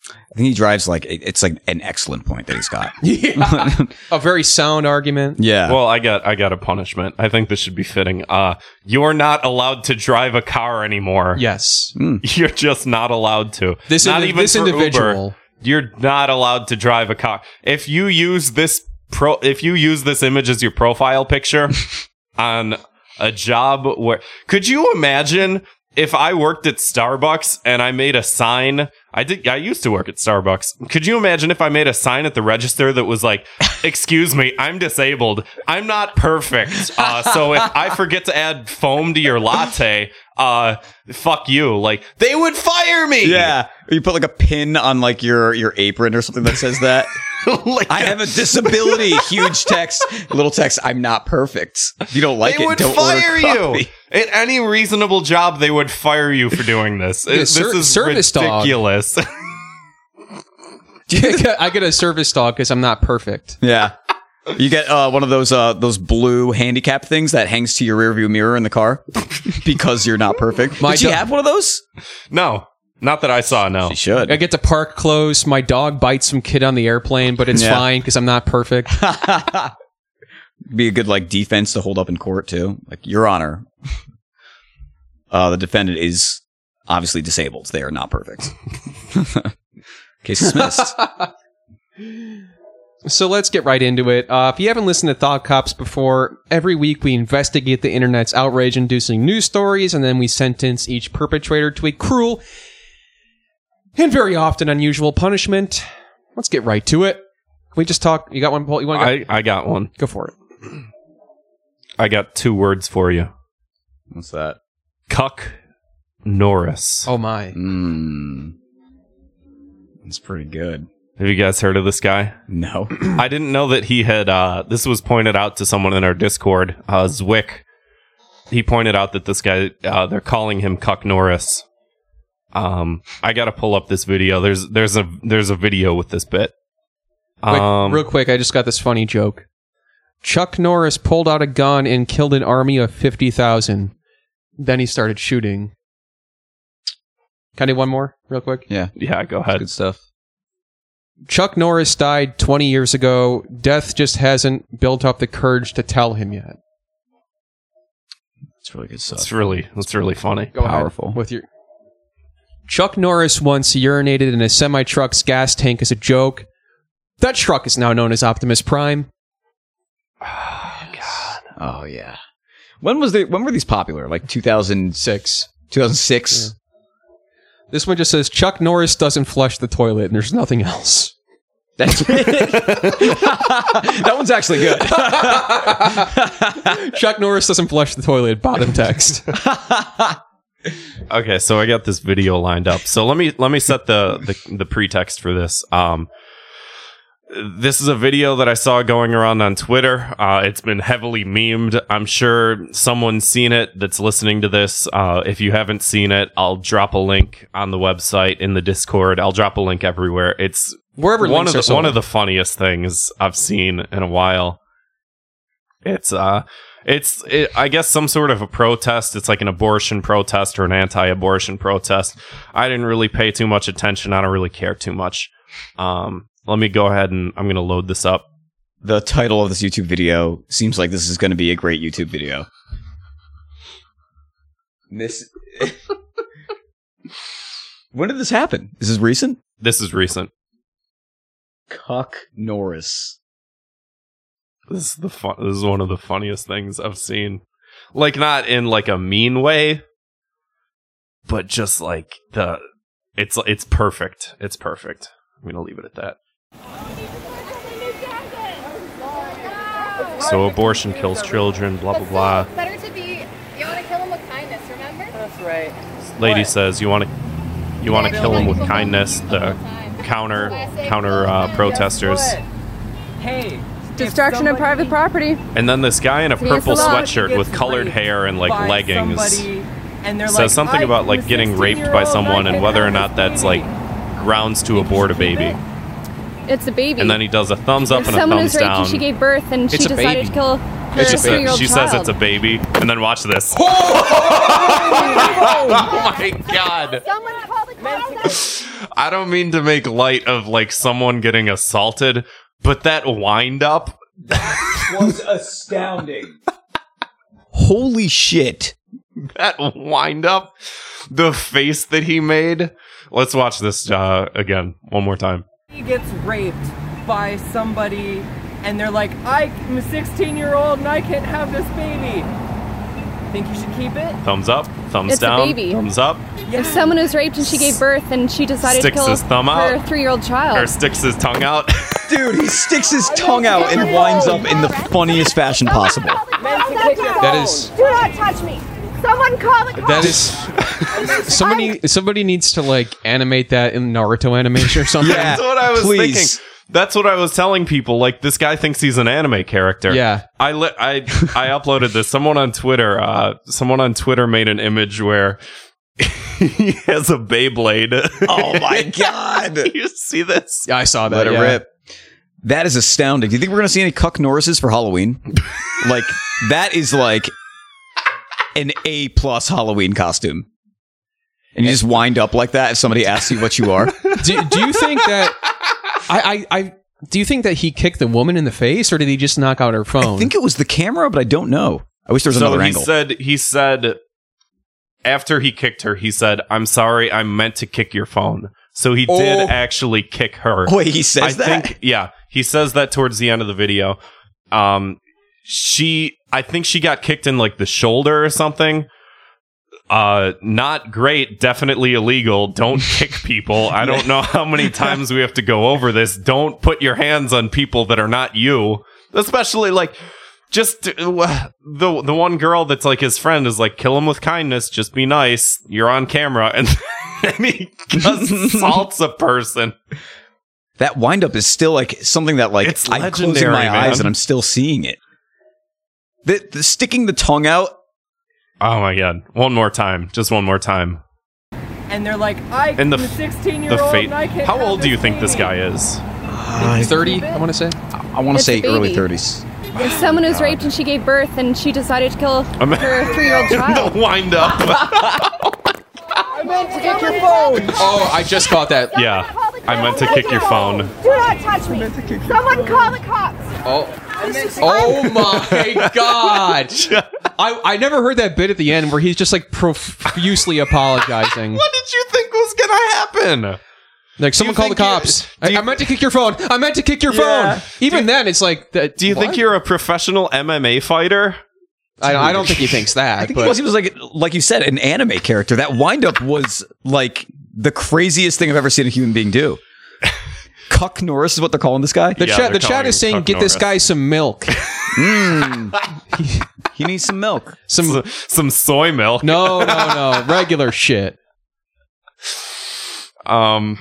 Speaker 2: I think he drives like it- it's like an excellent point that he's got.
Speaker 1: Yeah, a very sound argument.
Speaker 2: yeah.
Speaker 3: Well, I got I got a punishment. I think this should be fitting. Uh you're not allowed to drive a car anymore.
Speaker 1: Yes,
Speaker 3: You're just not allowed to.
Speaker 1: this
Speaker 3: not
Speaker 1: indi-
Speaker 3: even
Speaker 1: this
Speaker 3: for Uber.
Speaker 1: individual.
Speaker 3: you're not allowed to drive a car. If you use this pro, if you use this image as your profile picture on a job where, could you imagine if I worked at Starbucks and I made a sign, I did. I used to work at Starbucks. Could you imagine if I made a sign at the register that was like, "Excuse me, I'm disabled. I'm not perfect. Uh, so if I forget to add foam to your latte, uh, fuck you." Like they would fire me.
Speaker 2: Yeah. Or you put like a pin on like your your apron or something that says that.
Speaker 3: like,
Speaker 2: I have a disability. Huge text, little text. I'm not perfect. If you don't like
Speaker 3: they
Speaker 2: it.
Speaker 3: would
Speaker 2: don't
Speaker 3: fire
Speaker 2: order
Speaker 3: you
Speaker 2: coffee.
Speaker 3: at any reasonable job. They would fire you for doing this.
Speaker 1: Yeah,
Speaker 3: this
Speaker 1: ser-
Speaker 3: is
Speaker 1: service dog.
Speaker 3: ridiculous.
Speaker 1: I get a service dog because I'm not perfect.
Speaker 2: Yeah. You get uh, one of those uh, those blue handicap things that hangs to your rearview mirror in the car because you're not perfect.
Speaker 1: My
Speaker 2: Did she
Speaker 1: do-
Speaker 2: have one of those?
Speaker 3: no, not that I saw. No.
Speaker 2: She should.
Speaker 1: I get to park close. My dog bites some kid on the airplane, but it's
Speaker 2: Yeah.
Speaker 1: fine because I'm not perfect.
Speaker 2: be a good like defense to hold up in court too. Like Your Honor, uh, the defendant is obviously disabled. They are not perfect. Case dismissed.
Speaker 1: So let's get right into it. Uh, if you haven't listened to Thought Cops before, every week we investigate the internet's outrage inducing news stories and then we sentence each perpetrator to a cruel and very often unusual punishment. Let's get right to it. Can we just talk? You got one, Paul? You want to go?
Speaker 3: I, I got one.
Speaker 1: go for it.
Speaker 3: I got two words for you.
Speaker 2: What's that?
Speaker 3: Cuck Norris.
Speaker 1: Oh, my.
Speaker 2: Mm. That's pretty good.
Speaker 3: Have you guys heard of this guy?
Speaker 2: No.
Speaker 3: I didn't know that he had. Uh, this was pointed out to someone in our Discord, uh, Zwick. He pointed out that this guy, uh, they're calling him Cuck Norris. Um, I gotta pull up this video. There's there's a there's a video with this bit.
Speaker 1: Wait,
Speaker 3: Um,
Speaker 1: real quick, I just got this funny joke. Chuck Norris pulled out a gun and killed an army of 50,000. Then he started shooting. Can I do one more, real quick?
Speaker 3: yeah, go
Speaker 2: That's
Speaker 3: ahead.
Speaker 2: good stuff.
Speaker 1: Chuck Norris died 20 years ago. Death just hasn't built up the courage to tell him yet.
Speaker 2: That's really good
Speaker 3: It's
Speaker 2: stuff.
Speaker 3: really it's really funny.
Speaker 1: Go ahead
Speaker 2: Powerful.
Speaker 1: with your. Chuck Norris once urinated in a semi truck's gas tank as a joke. That truck is now known as Optimus Prime.
Speaker 2: Oh yeah. When was the when were these popular? Like 2000,
Speaker 1: Six.
Speaker 2: 2006?
Speaker 1: This one just says Chuck Norris doesn't flush the toilet, and there's nothing else.
Speaker 2: That's that one's actually good.
Speaker 1: Chuck Norris doesn't flush the toilet. Bottom text.
Speaker 3: Okay, so I got this video lined up. So let me let me set the the, the pretext for this. Um, this is a video that I saw going around on Twitter. Uh, it's been heavily memed. I'm sure someone's seen it that's listening to this. Uh, if you haven't seen it, I'll drop a link on the website in the Discord. I'll drop a link everywhere. It's
Speaker 1: Wherever
Speaker 3: one
Speaker 1: links
Speaker 3: of
Speaker 1: are
Speaker 3: the
Speaker 1: sold.
Speaker 3: one of the funniest things I've seen in a while. It's uh it's it, I guess some sort of a protest. It's like an abortion protest or an anti-abortion protest. I didn't really pay too much attention. I don't really care too much. Um, let me go ahead and I'm gonna load this up.
Speaker 2: the title of this YouTube video seems like this is going to be a great YouTube video. This. when did this happen? Is this recent?
Speaker 3: This is recent.
Speaker 2: Cuck Norris.
Speaker 3: This is the fun- this is one of the funniest things I've seen. Like not in like a mean way, but just like the it's it's perfect. It's perfect. I'm gonna leave it at that. So abortion kills children, blah blah blah.
Speaker 4: Better to be, you want to kill him with kindness, remember?
Speaker 5: That's right.
Speaker 3: Lady says you want to you want to kill him with kindness. The counter counter uh, protesters,
Speaker 6: Hey.
Speaker 5: Destruction of private property.
Speaker 3: and then this guy in a purple sweatshirt with colored hair and like leggings
Speaker 6: and they're
Speaker 3: says something about like getting raped by someone and whether or not that's like grounds to abort a baby.
Speaker 5: It's a baby.
Speaker 3: And then he does a thumbs up
Speaker 5: if
Speaker 3: and a
Speaker 5: someone was
Speaker 3: thumbs
Speaker 5: raped
Speaker 3: down.
Speaker 5: and she gave birth and
Speaker 1: It's
Speaker 5: she
Speaker 1: a
Speaker 5: decided
Speaker 1: baby.
Speaker 5: to kill her
Speaker 3: It's just a-
Speaker 5: three-year-old
Speaker 3: she
Speaker 5: child.
Speaker 3: says it's a baby, and then watch this. oh my god!
Speaker 4: Someone call the cops.
Speaker 3: I don't mean to make light of like someone getting assaulted, but that wind up
Speaker 2: Was astounding. Holy shit.
Speaker 3: that wind up, the face that he made. Let's watch this uh, again one more time.
Speaker 6: He gets raped by somebody and they're like, I'm a 16 year old and I can't have this baby. Think you should keep it?
Speaker 3: Thumbs up, thumbs
Speaker 5: It's a
Speaker 3: down,
Speaker 5: baby.
Speaker 3: thumbs up,
Speaker 5: If someone was raped and she gave birth and she decided
Speaker 3: Sticks
Speaker 5: to kill
Speaker 3: his thumb
Speaker 5: her
Speaker 3: out.
Speaker 5: three-year-old
Speaker 3: or
Speaker 5: child,
Speaker 3: sticks his tongue out.
Speaker 2: Dude, he sticks his tongue out and winds up in the funniest fashion possible.
Speaker 1: That is
Speaker 4: Do not touch me. Someone call the cops.
Speaker 1: that is somebody somebody needs to like animate that in Naruto animation or something.
Speaker 2: Yeah.
Speaker 3: That's what I was
Speaker 2: Please.
Speaker 3: thinking. That's what I was telling people. Like this guy thinks he's an anime character.
Speaker 1: Yeah.
Speaker 3: I li- I I uploaded this. Someone on Twitter. Uh, someone on Twitter made an image where he has a Beyblade.
Speaker 2: Oh my god.
Speaker 3: you see this?
Speaker 1: I saw that.
Speaker 2: Let it
Speaker 1: yeah.
Speaker 2: rip. That is astounding. Do you think we're gonna see any Cuck Norrises for Halloween? like that is like an A plus Halloween costume. And you just wind up like that if somebody asks you what you are.
Speaker 1: Do, do you think that I, I I do you think that he kicked the woman in the face or did he just knock out her phone?
Speaker 2: I think it was the camera, but I don't know. I wish there was
Speaker 3: so
Speaker 2: another
Speaker 3: he
Speaker 2: angle.
Speaker 3: said. He said. After he kicked her, he said, "I'm sorry. I meant to kick your phone." So he
Speaker 2: Oh.
Speaker 3: did actually kick her.
Speaker 2: Wait, he says
Speaker 3: I
Speaker 2: that?
Speaker 3: think yeah, he says that towards the end of the video. Um she I think she got kicked in like the shoulder or something. Uh not great, definitely illegal. Don't kick people. I don't know how many times we have to go over this. Don't put your hands on people that are not you, especially like just uh, wha- the the one girl that's like his friend is like kill him with kindness, just be nice. You're on camera and, and he assaults a person.
Speaker 2: that wind up is still like something that like
Speaker 3: It's
Speaker 2: I'm closing
Speaker 3: legendary,
Speaker 2: my eyes
Speaker 3: man.
Speaker 2: and I'm still seeing it. The, the sticking the tongue out.
Speaker 3: Oh my god. One more time. Just one more time.
Speaker 6: And they're like, I
Speaker 3: And the
Speaker 6: am
Speaker 3: f-
Speaker 6: 16 year
Speaker 3: The
Speaker 6: old.
Speaker 3: fate.
Speaker 6: and I can't
Speaker 3: How
Speaker 6: have
Speaker 3: old do you think this
Speaker 6: thing."
Speaker 3: guy is?
Speaker 1: thirty. I want to say.
Speaker 2: I want to
Speaker 5: It's a
Speaker 2: say early
Speaker 5: baby.
Speaker 2: 30s.
Speaker 5: if someone was raped and she gave birth and she decided to kill her three-year-old
Speaker 3: the
Speaker 5: child,
Speaker 3: wind up.
Speaker 4: Get your phone.
Speaker 1: Oh, I just caught that.
Speaker 3: yeah. I meant to kick your phone.
Speaker 4: Do not touch me. Someone call the cops.
Speaker 1: Oh, oh my god! I, I never heard that bit at the end where he's just like profusely apologizing.
Speaker 3: What did you think was gonna happen?
Speaker 1: Like someone call the
Speaker 3: think you-
Speaker 1: cops.
Speaker 3: do
Speaker 1: I,
Speaker 3: you-
Speaker 1: I meant to kick your phone. I meant to kick your
Speaker 3: Yeah.
Speaker 1: phone. Even then, it's like. that-
Speaker 3: Do you think
Speaker 1: what?
Speaker 3: you're a professional MMA fighter?
Speaker 1: I, I don't think he thinks that.
Speaker 2: I think
Speaker 1: but
Speaker 2: he was, he was like, like you said, an anime character. That windup was like the craziest thing I've ever seen a human being do. Cuck Norris is what they're calling this guy.
Speaker 1: the
Speaker 3: Yeah,
Speaker 1: chat
Speaker 3: they're
Speaker 1: the chat
Speaker 3: calling
Speaker 1: is
Speaker 3: him
Speaker 1: saying,
Speaker 3: Chuck
Speaker 1: "Get this
Speaker 3: Norris."
Speaker 1: guy some milk."
Speaker 2: He needs some milk.
Speaker 1: Some
Speaker 3: S- Some soy milk.
Speaker 1: no, no, no, regular shit.
Speaker 3: Um.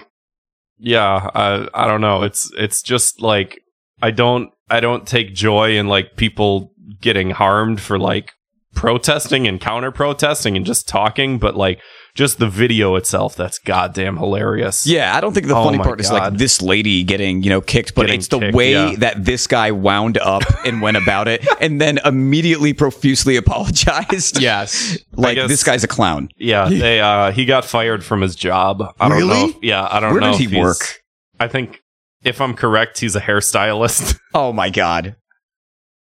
Speaker 3: Yeah. I I don't know. It's it's just like I don't I don't take joy in like people getting harmed for like protesting and counter protesting and just talking, but like just the video itself. That's goddamn hilarious.
Speaker 2: Yeah, I don't think the
Speaker 3: Oh
Speaker 2: funny
Speaker 3: my
Speaker 2: part is like
Speaker 3: God.
Speaker 2: this lady getting, you know, kicked, but
Speaker 3: Getting
Speaker 2: it's the
Speaker 3: kicked,
Speaker 2: way
Speaker 3: yeah.
Speaker 2: that this guy wound up and went about it and then immediately profusely apologized.
Speaker 1: Yes.
Speaker 2: Like
Speaker 3: guess-
Speaker 2: this guy's a clown.
Speaker 3: Yeah, they uh he got fired from his job. I don't know.
Speaker 2: Really?
Speaker 3: if- yeah, I don't
Speaker 2: Where
Speaker 3: know.
Speaker 2: did
Speaker 3: if
Speaker 2: he
Speaker 3: he's-
Speaker 2: work?
Speaker 3: I think if I'm correct, he's a hairstylist.
Speaker 2: Oh my god.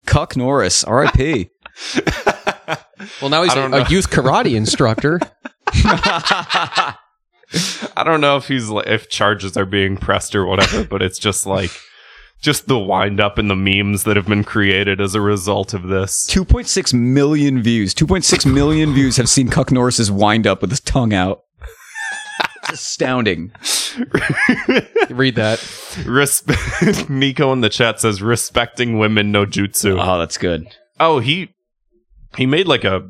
Speaker 2: Cuck Norris, R.I.P.
Speaker 1: Well, now he's
Speaker 3: I
Speaker 1: a,
Speaker 3: don't know.
Speaker 1: a youth karate instructor.
Speaker 3: I don't know if he's li- if charges are being pressed or whatever, but it's just like just the wind up and the memes that have been created as a result of this.
Speaker 2: 2.6 million views. 2.6 million views have seen Cuck Norris's wind up with his tongue out. It's astounding.
Speaker 1: Read that.
Speaker 3: Respe- Nico in the chat says respecting women no jutsu.
Speaker 2: Oh, that's good.
Speaker 3: Oh, he he made like a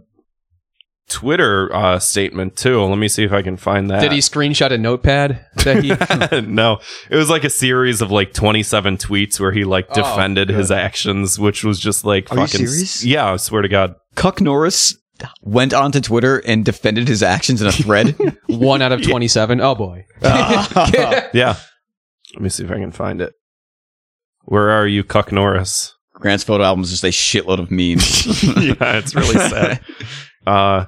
Speaker 3: Twitter uh, statement too. Let me see if I can find that.
Speaker 1: Did he screenshot a notepad that he?
Speaker 3: no, it was like a series of like 27 tweets where he like defended his actions, which was just like
Speaker 2: Oh, Are you
Speaker 3: fucking.
Speaker 2: serious?
Speaker 3: Yeah, I swear to God.
Speaker 2: Cuck Norris went onto Twitter and defended his actions in a thread.
Speaker 1: One out of twenty-seven. Oh boy.
Speaker 3: Yeah. Let me see if I can find it. Where are you, Cuck Norris?
Speaker 2: Grant's photo album is just a shitload of memes.
Speaker 3: yeah, it's really sad. Uh,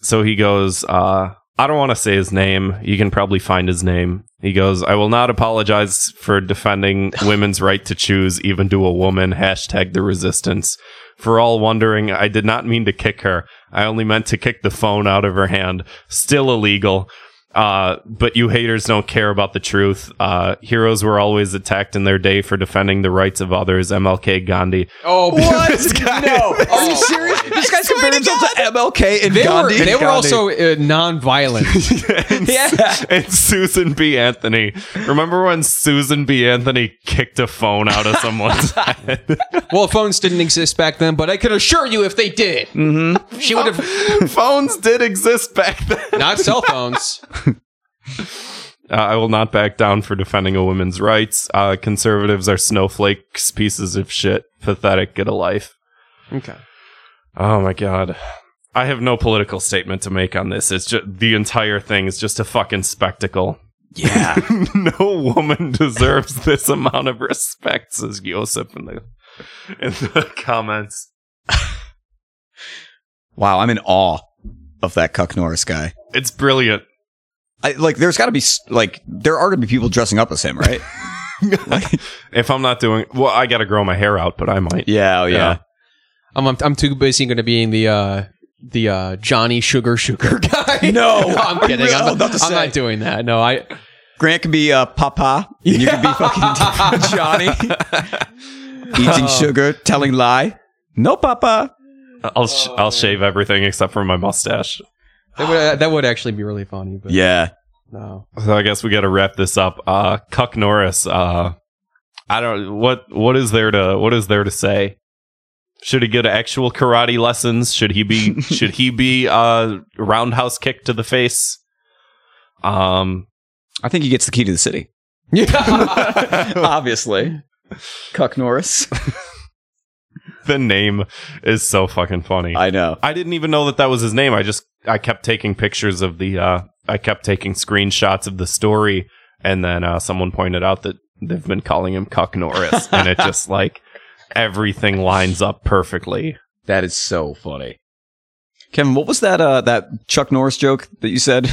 Speaker 3: so he goes, uh, I don't want to say his name. You can probably find his name. He goes, I will not apologize for defending women's right to choose, even to a woman. Hashtag the resistance. For all wondering, I did not mean to kick her. I only meant to kick the phone out of her hand. Still illegal. Uh, but you haters don't care about the truth. Uh, heroes were always attacked in their day for defending the rights of others. MLK Gandhi.
Speaker 1: Oh,
Speaker 2: This guy-
Speaker 1: Are you serious?
Speaker 2: This guy's comparing himself to MLK and
Speaker 1: They
Speaker 2: Gandhi.
Speaker 1: were they
Speaker 2: And
Speaker 1: were
Speaker 2: Gandhi.
Speaker 1: also uh, nonviolent.
Speaker 2: yeah.
Speaker 3: and Susan B. Anthony. Remember when Susan B. Anthony kicked a phone out of someone's head?
Speaker 1: well, phones didn't exist back then, but I can assure you, if they did,
Speaker 3: Mm-hmm.
Speaker 1: she would have
Speaker 3: Phones did exist back then.
Speaker 1: not cell phones.
Speaker 3: Uh, I will not back down for defending a woman's rights. Uh, conservatives are snowflakes, pieces of shit, pathetic. Get a life.
Speaker 1: Okay.
Speaker 3: Oh my god. I have no political statement to make on this. It's just the entire thing is just a fucking spectacle.
Speaker 2: Yeah.
Speaker 3: no woman deserves this amount of respect, says Joseph in the in the comments.
Speaker 2: Wow, I'm in awe of that Cuck Norris guy.
Speaker 3: It's brilliant.
Speaker 2: I, like, there's got to be s- like, there are going to be people dressing up as him, right? Like-
Speaker 3: If I'm not doing well, I gotta grow my hair out, but I might.
Speaker 2: yeah, oh, yeah.
Speaker 1: I'm I'm, I'm too busy going to being the uh, the uh, Johnny Sugar Sugar guy.
Speaker 2: No.
Speaker 1: I'm kidding.
Speaker 2: No,
Speaker 1: I'm,
Speaker 2: not
Speaker 1: not,
Speaker 2: to
Speaker 1: I'm
Speaker 2: say.
Speaker 1: not doing that. No, I.
Speaker 2: Grant can be uh, Papa. and You can be fucking Johnny. Eating sugar, telling lie. No, Papa.
Speaker 3: I'll sh- I'll shave everything except for my mustache.
Speaker 1: That would, that would actually be really funny. But
Speaker 2: Yeah.
Speaker 1: No.
Speaker 3: So I guess we got to wrap this up. Uh, Cuck Norris. Uh, I don't what what is there to what is there to say. Should he go to actual karate lessons? Should he be should he be uh roundhouse kick to the face? Um,
Speaker 2: I think he gets the key to the city.
Speaker 1: Yeah.
Speaker 2: Obviously. Cuck Norris.
Speaker 3: the name is so fucking funny. I,
Speaker 2: I know.
Speaker 3: didn't even know that that was his name. I just I kept taking pictures of the uh I kept taking screenshots of the story, and then uh, someone pointed out that they've been calling him Cuck Norris, and it just like everything lines up perfectly.
Speaker 2: That is so funny. Kevin, what was that uh that Chuck Norris joke that you said?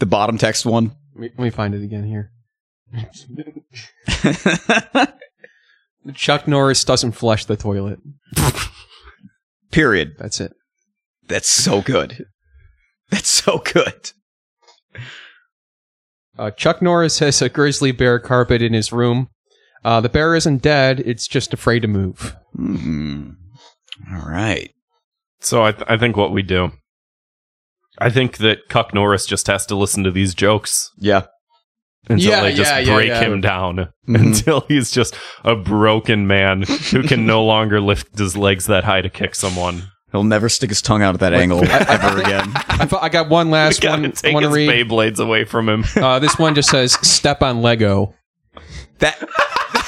Speaker 2: The bottom text one.
Speaker 1: let, me, let me find it again here. Chuck Norris doesn't flush the toilet.
Speaker 2: Period.
Speaker 1: That's it.
Speaker 2: That's so good. That's so good.
Speaker 1: Uh, Chuck Norris has a grizzly bear carpet in his room. Uh, the bear isn't dead; it's just afraid to move.
Speaker 2: Hmm. All right.
Speaker 3: So I, th- I think what we do, I think that Cuck Norris just has to listen to these jokes
Speaker 2: Yeah.
Speaker 3: until
Speaker 1: Yeah,
Speaker 3: they just
Speaker 1: yeah, yeah,
Speaker 3: break
Speaker 1: yeah. Mm-hmm.
Speaker 3: him down
Speaker 2: Mhm.
Speaker 3: until he's just a broken man who can no longer lift his legs that high to kick someone.
Speaker 2: He'll never stick his tongue out at that angle ever again.
Speaker 1: I, thought- I got one last
Speaker 3: Gotta
Speaker 1: one.
Speaker 3: take
Speaker 1: One to
Speaker 3: his
Speaker 1: read.
Speaker 3: Beyblades away from him.
Speaker 1: Uh, this one just says "step on Lego."
Speaker 2: That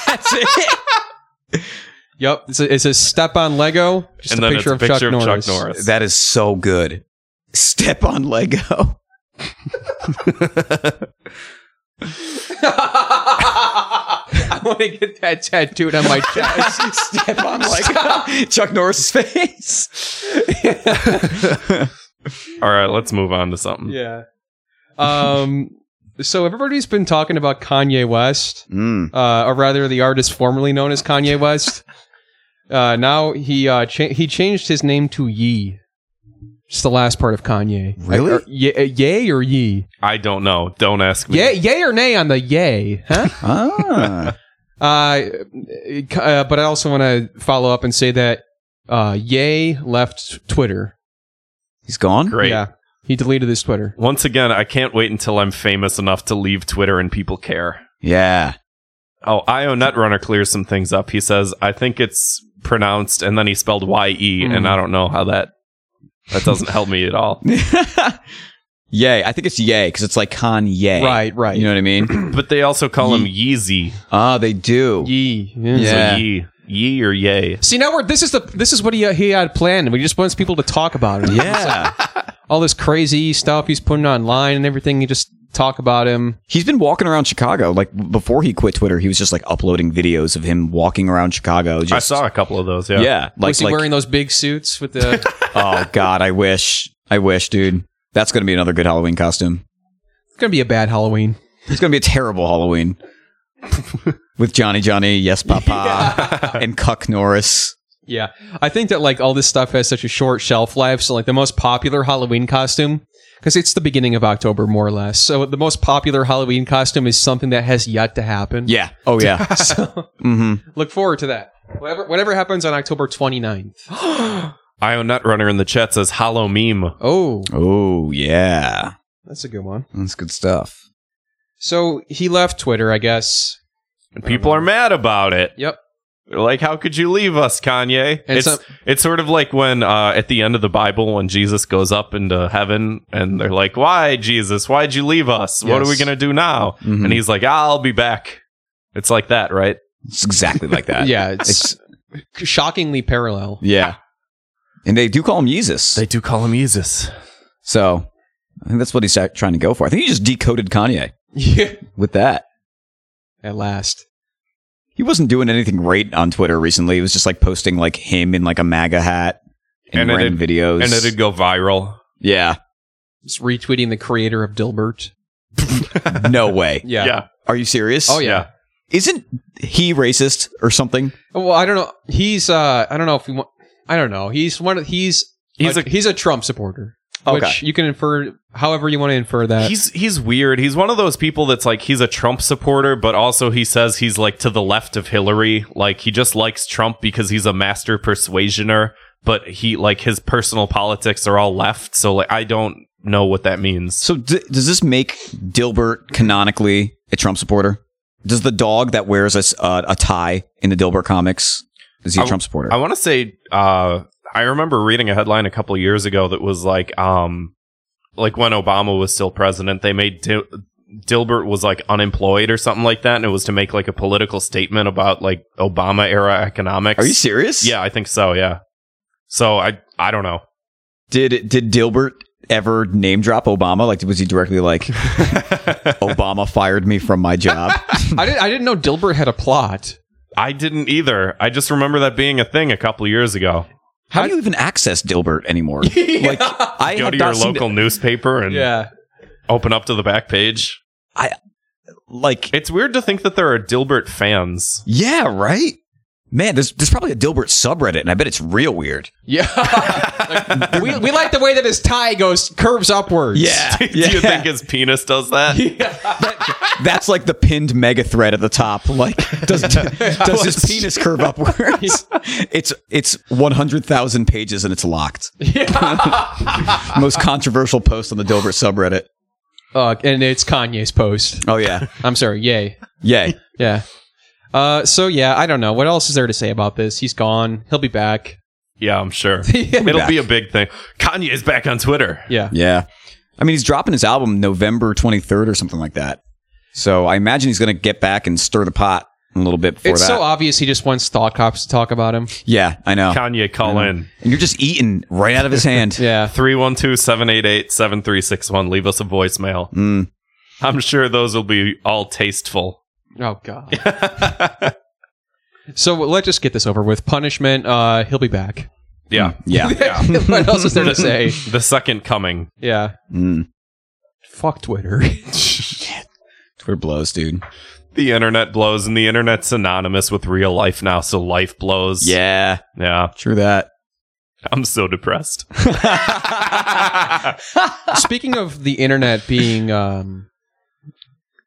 Speaker 2: that's it.
Speaker 1: Yep, it's a, it says "step on Lego." Just
Speaker 3: and
Speaker 1: a
Speaker 3: then
Speaker 1: picture,
Speaker 3: it's a picture
Speaker 1: of, Chuck, Norris.
Speaker 3: Norris.
Speaker 2: That is so good. Step on Lego.
Speaker 1: I want to get that tattooed on my chest.
Speaker 2: Step on Lego. Chuck Norris's face.
Speaker 3: All right, let's move on to something.
Speaker 1: yeah. Um. So everybody's been talking about Kanye West.
Speaker 2: Mm.
Speaker 1: uh, or rather the artist formerly known as Kanye West. Uh, now he uh, cha- he changed his name to Yee. Just the last part of Kanye.
Speaker 2: Really?
Speaker 1: Like, or ye- uh, yay or Yee?
Speaker 3: I don't know. Don't ask me.
Speaker 1: Yay, yay or nay on the yay, huh?
Speaker 2: Ah.
Speaker 1: uh, it- uh, but I also want to follow up and say that uh, Yay left Twitter.
Speaker 2: He's gone?
Speaker 3: Great.
Speaker 1: Yeah, he deleted his Twitter.
Speaker 3: Once again, I can't wait until I'm famous enough to leave Twitter and people care.
Speaker 2: Yeah.
Speaker 3: Oh, IO Netrunner clears some things up. He says, I think it's pronounced, and then he spelled Y E,
Speaker 1: Mm-hmm.
Speaker 3: and I don't know how that that doesn't help me at all.
Speaker 2: yay. I think it's yay because it's like Kanye.
Speaker 1: Right, right.
Speaker 2: You know what I mean?
Speaker 3: But they also call him Yeezy.
Speaker 2: Ah, they do.
Speaker 1: Yee.
Speaker 2: Yeah.
Speaker 3: So Yee. Yee or Yay.
Speaker 1: See now we're this is the this is what he uh, he had planned. We just wants people to talk about it.
Speaker 2: Yeah.
Speaker 1: all this crazy stuff he's putting online and everything. You just talk about him.
Speaker 2: He's been walking around Chicago. Like before he quit Twitter, he was just like uploading videos of him walking around Chicago. Just,
Speaker 3: I saw a couple of those, yeah.
Speaker 2: Yeah. Like,
Speaker 1: was he
Speaker 2: like-
Speaker 1: wearing those big suits with the?
Speaker 2: oh, God. I wish. I wish, dude. That's going to be another good Halloween costume.
Speaker 1: it's gonna be a bad Halloween.
Speaker 2: It's going to be a terrible Halloween with Johnny Johnny, Yes Papa, and Cuck Norris.
Speaker 1: Yeah, I think that like all this stuff has such a short shelf life. So like the most popular Halloween costume because it's the beginning of October, more or less. So the most popular Halloween costume is something that has yet to happen.
Speaker 2: Yeah. Oh yeah. Mm-hmm.
Speaker 1: So look forward to that. Whatever, whatever happens on October 29th.
Speaker 3: Io Netrunner in the chat says hollow meme.
Speaker 1: Oh,
Speaker 2: oh yeah.
Speaker 1: that's a good one.
Speaker 2: That's good stuff.
Speaker 1: So he left Twitter, I guess.
Speaker 3: And people are mad about it.
Speaker 1: Yep.
Speaker 3: They're like, how could you leave us, Kanye?
Speaker 1: And
Speaker 3: it's
Speaker 1: some-
Speaker 3: it's sort of like when uh, at the end of the Bible when Jesus goes up into heaven and they're like, Why, Jesus? Why'd you leave us? What are we
Speaker 1: Yes.
Speaker 3: gonna do now?
Speaker 2: Mhm.
Speaker 3: And he's like, I'll be back. It's like that, right?
Speaker 2: It's exactly like that.
Speaker 1: Yeah, it's, shockingly parallel.
Speaker 2: Yeah. And they do call him Jesus.
Speaker 3: do call him Jesus.
Speaker 2: so I think that's what he's trying to go for. I think he just decoded Kanye
Speaker 1: Yeah.
Speaker 2: with that.
Speaker 1: At last.
Speaker 2: He wasn't doing anything great on Twitter recently. He was just like posting like him in like a MAGA hat and,
Speaker 3: And it
Speaker 2: random videos.
Speaker 3: And it'd go viral.
Speaker 2: yeah.
Speaker 1: Just retweeting the creator of Dilbert.
Speaker 2: No way.
Speaker 1: Yeah.
Speaker 2: Are you serious?
Speaker 1: Oh, yeah.
Speaker 2: Isn't he racist or something?
Speaker 1: Well, I don't know. He's uh I don't know if we want I don't know. He's one of he's
Speaker 3: He's
Speaker 1: he's
Speaker 3: a-
Speaker 1: a he's a Trump supporter. Which
Speaker 2: Okay.
Speaker 1: you can infer however you want to infer that.
Speaker 3: He's he's weird. He's one of those people that's like he's a Trump supporter, but also he says he's like to the left of Hillary. Like he just likes Trump because he's a master persuasioner, but he like his personal politics are all left. So like I don't know what that means.
Speaker 2: So d- does this make Dilbert canonically a Trump supporter? Does the dog that wears a, s- uh, a tie in the Dilbert comics is he a
Speaker 3: I-
Speaker 2: Trump supporter?
Speaker 3: I want to say uh I remember reading a headline a couple years ago that was like um like when Obama was still president, they made Dil- Dilbert was like unemployed or something like that, and it was to make like a political statement about like Obama era economics.
Speaker 2: Are you serious?
Speaker 3: Yeah, I think so. Yeah. So I I don't know.
Speaker 2: Did did Dilbert ever name drop Obama? Like was he directly like Obama fired me from my job?
Speaker 1: I didn't I didn't know Dilbert had a plot.
Speaker 3: I didn't either. I just remember that being a thing a couple years ago.
Speaker 2: How do you even access Dilbert anymore? Like I
Speaker 3: Go
Speaker 2: have
Speaker 3: to
Speaker 2: not
Speaker 3: your
Speaker 2: seen-
Speaker 3: local newspaper and
Speaker 1: Yeah.
Speaker 3: open up to the back page.
Speaker 2: like
Speaker 3: It's weird to think that there are Dilbert fans.
Speaker 2: yeah, right? Man, there's there's probably a Dilbert subreddit and I bet it's real weird.
Speaker 1: Yeah. Like, we, we like the way that his tie goes curves upwards.
Speaker 2: Yeah.
Speaker 3: Do you think his penis does that?
Speaker 2: That's like the pinned mega thread at the top. Like, does does his penis curve upwards? it's it's one hundred thousand pages and it's locked. Most controversial post on the Dover subreddit.
Speaker 1: Uh, and it's Kanye's post.
Speaker 2: Oh yeah,
Speaker 1: I'm sorry. Yay.
Speaker 2: yay!
Speaker 1: Yeah. Uh, so yeah, I don't know. What else is there to say about this? He's gone. He'll be back.
Speaker 3: Yeah, I'm sure.
Speaker 1: Yeah.
Speaker 3: It'll
Speaker 2: back.
Speaker 3: be a big thing. Kanye is back on Twitter.
Speaker 1: Yeah.
Speaker 2: Yeah, I mean he's dropping his album November twenty third or something like that. So I imagine he's gonna get back and stir the pot a little bit before
Speaker 1: It's
Speaker 2: that.
Speaker 1: so obvious he just wants thought cops to talk about him.
Speaker 2: yeah, I know.
Speaker 3: Kanye, call in
Speaker 2: And you're just eating right out of his hand.
Speaker 1: Yeah.
Speaker 3: 312 788 7361. Leave us a voicemail.
Speaker 2: Mm.
Speaker 3: I'm sure those will be all tasteful.
Speaker 1: Oh god. so let's just get this over with. Punishment. Uh, he'll be back.
Speaker 3: Yeah.
Speaker 2: mm, Yeah.
Speaker 1: what else is there to say?
Speaker 3: The second coming.
Speaker 1: Yeah.
Speaker 2: Mm.
Speaker 1: Fuck Twitter.
Speaker 2: Twitter blows, dude.
Speaker 3: The internet blows, and the internet's synonymous with real life now, so life blows.
Speaker 2: Yeah,
Speaker 3: Yeah.
Speaker 2: true that.
Speaker 3: I'm so depressed.
Speaker 1: Speaking of the internet being um,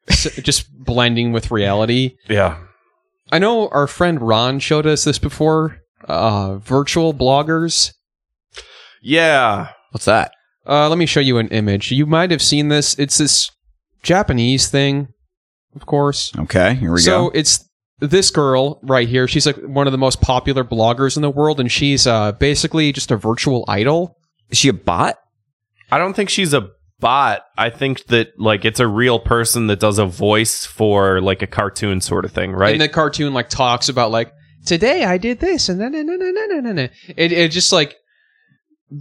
Speaker 1: s- just blending with reality.
Speaker 3: yeah.
Speaker 1: I know our friend Ron showed us this before. Uh, virtual bloggers.
Speaker 3: Yeah.
Speaker 2: What's that?
Speaker 1: Uh, let me show you an image. You might have seen this. It's this Japanese thing, of course.
Speaker 2: Okay, here we
Speaker 1: so
Speaker 2: go.
Speaker 1: it's this girl right here. She's like one of the most popular bloggers in the world, and she's uh, basically just a virtual idol.
Speaker 2: Is she a bot?
Speaker 3: I don't think she's a bot. I think that, like, it's a real person that does a voice for, like, a cartoon sort of thing, right?
Speaker 1: And the cartoon like talks about like today I did this and then and then and then and then- and then. It it just like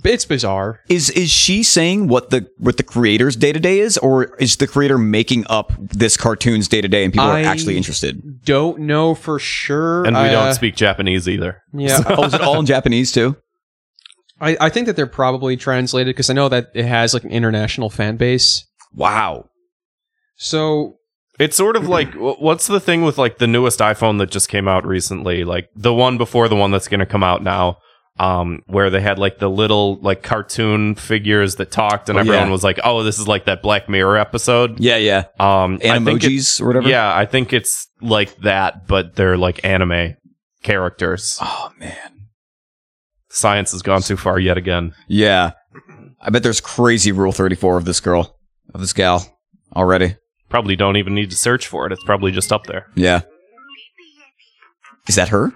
Speaker 1: it's bizarre.
Speaker 2: Is is she saying what the what the creator's day to day is, or is the creator making up this cartoon's day to day and people
Speaker 1: I-
Speaker 2: are actually interested?
Speaker 1: Don't know for sure.
Speaker 3: and we
Speaker 1: I,
Speaker 3: don't
Speaker 1: uh,
Speaker 3: speak Japanese either.
Speaker 1: Yeah,
Speaker 2: oh, is it all in Japanese too?
Speaker 1: I, I think that they're probably translated because I know that it has like an international fan base.
Speaker 2: Wow.
Speaker 1: So
Speaker 3: It's sort of like wh- what's the thing with like the newest iPhone that just came out recently, like the one before the one that's going to come out now, um, where they had like the little like cartoon figures that talked, and
Speaker 2: Oh, yeah.
Speaker 3: everyone was like, "Oh, this is like that Black Mirror episode."
Speaker 2: Yeah, yeah.
Speaker 3: Um, I think it-
Speaker 2: Animojis or whatever.
Speaker 3: Yeah, I think it's like that, but they're like anime characters.
Speaker 2: Oh man.
Speaker 3: Science has gone too far yet again.
Speaker 2: Yeah. I bet there's crazy rule 34 of this girl, of this gal already.
Speaker 3: Probably don't even need to search for it. It's probably just up there.
Speaker 2: Yeah. Is that her?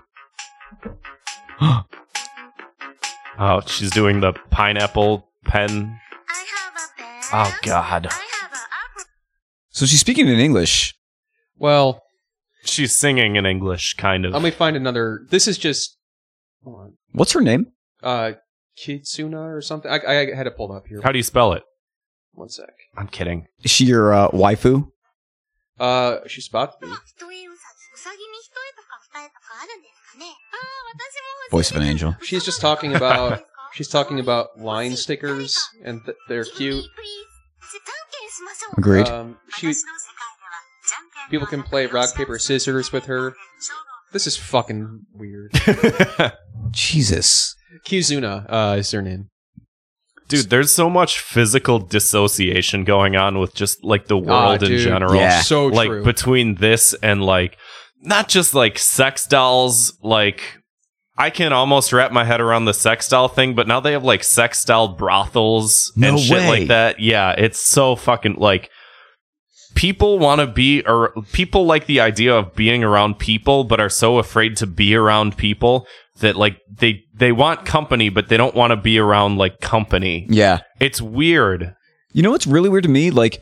Speaker 3: Oh, she's doing the pineapple pen.
Speaker 7: I have a pen.
Speaker 3: Oh God,
Speaker 7: I have a apple.
Speaker 2: So she's speaking in English.
Speaker 1: Well,
Speaker 3: she's singing in English, kind of.
Speaker 1: let me find another. This is just
Speaker 2: What's her name?
Speaker 1: uh, Kitsuna or something. I, I had it pulled up here.
Speaker 3: How do you spell it?
Speaker 1: One sec.
Speaker 3: I'm kidding.
Speaker 2: Is she your uh, waifu?
Speaker 1: Uh, she's about to be.
Speaker 7: といううさうさぎに一重とか二重とかあるんですかね。ああ、私も。
Speaker 2: Voice of an angel.
Speaker 1: She's just talking about. she's talking about line stickers and th- they're cute.
Speaker 2: Agreed.
Speaker 1: Um, she people can play rock paper scissors with her. This is fucking weird.
Speaker 2: Jesus.
Speaker 1: Kizuna uh, is her name.
Speaker 3: Dude, there's so much physical dissociation going on with just like the world in
Speaker 1: dude.
Speaker 3: general.
Speaker 2: Yeah.
Speaker 1: So
Speaker 3: like
Speaker 1: true.
Speaker 3: between this and like not just like sex dolls, like I can almost wrap my head around the sex doll thing, but now they have like sex doll brothels
Speaker 2: No
Speaker 3: and shit
Speaker 2: way.
Speaker 3: like that. Yeah, it's so fucking like people want to be or people like the idea of being around people but are so afraid to be around people that like they they want company but they don't want to be around like company
Speaker 2: Yeah.
Speaker 3: it's weird.
Speaker 2: You know what's really weird to me? Like,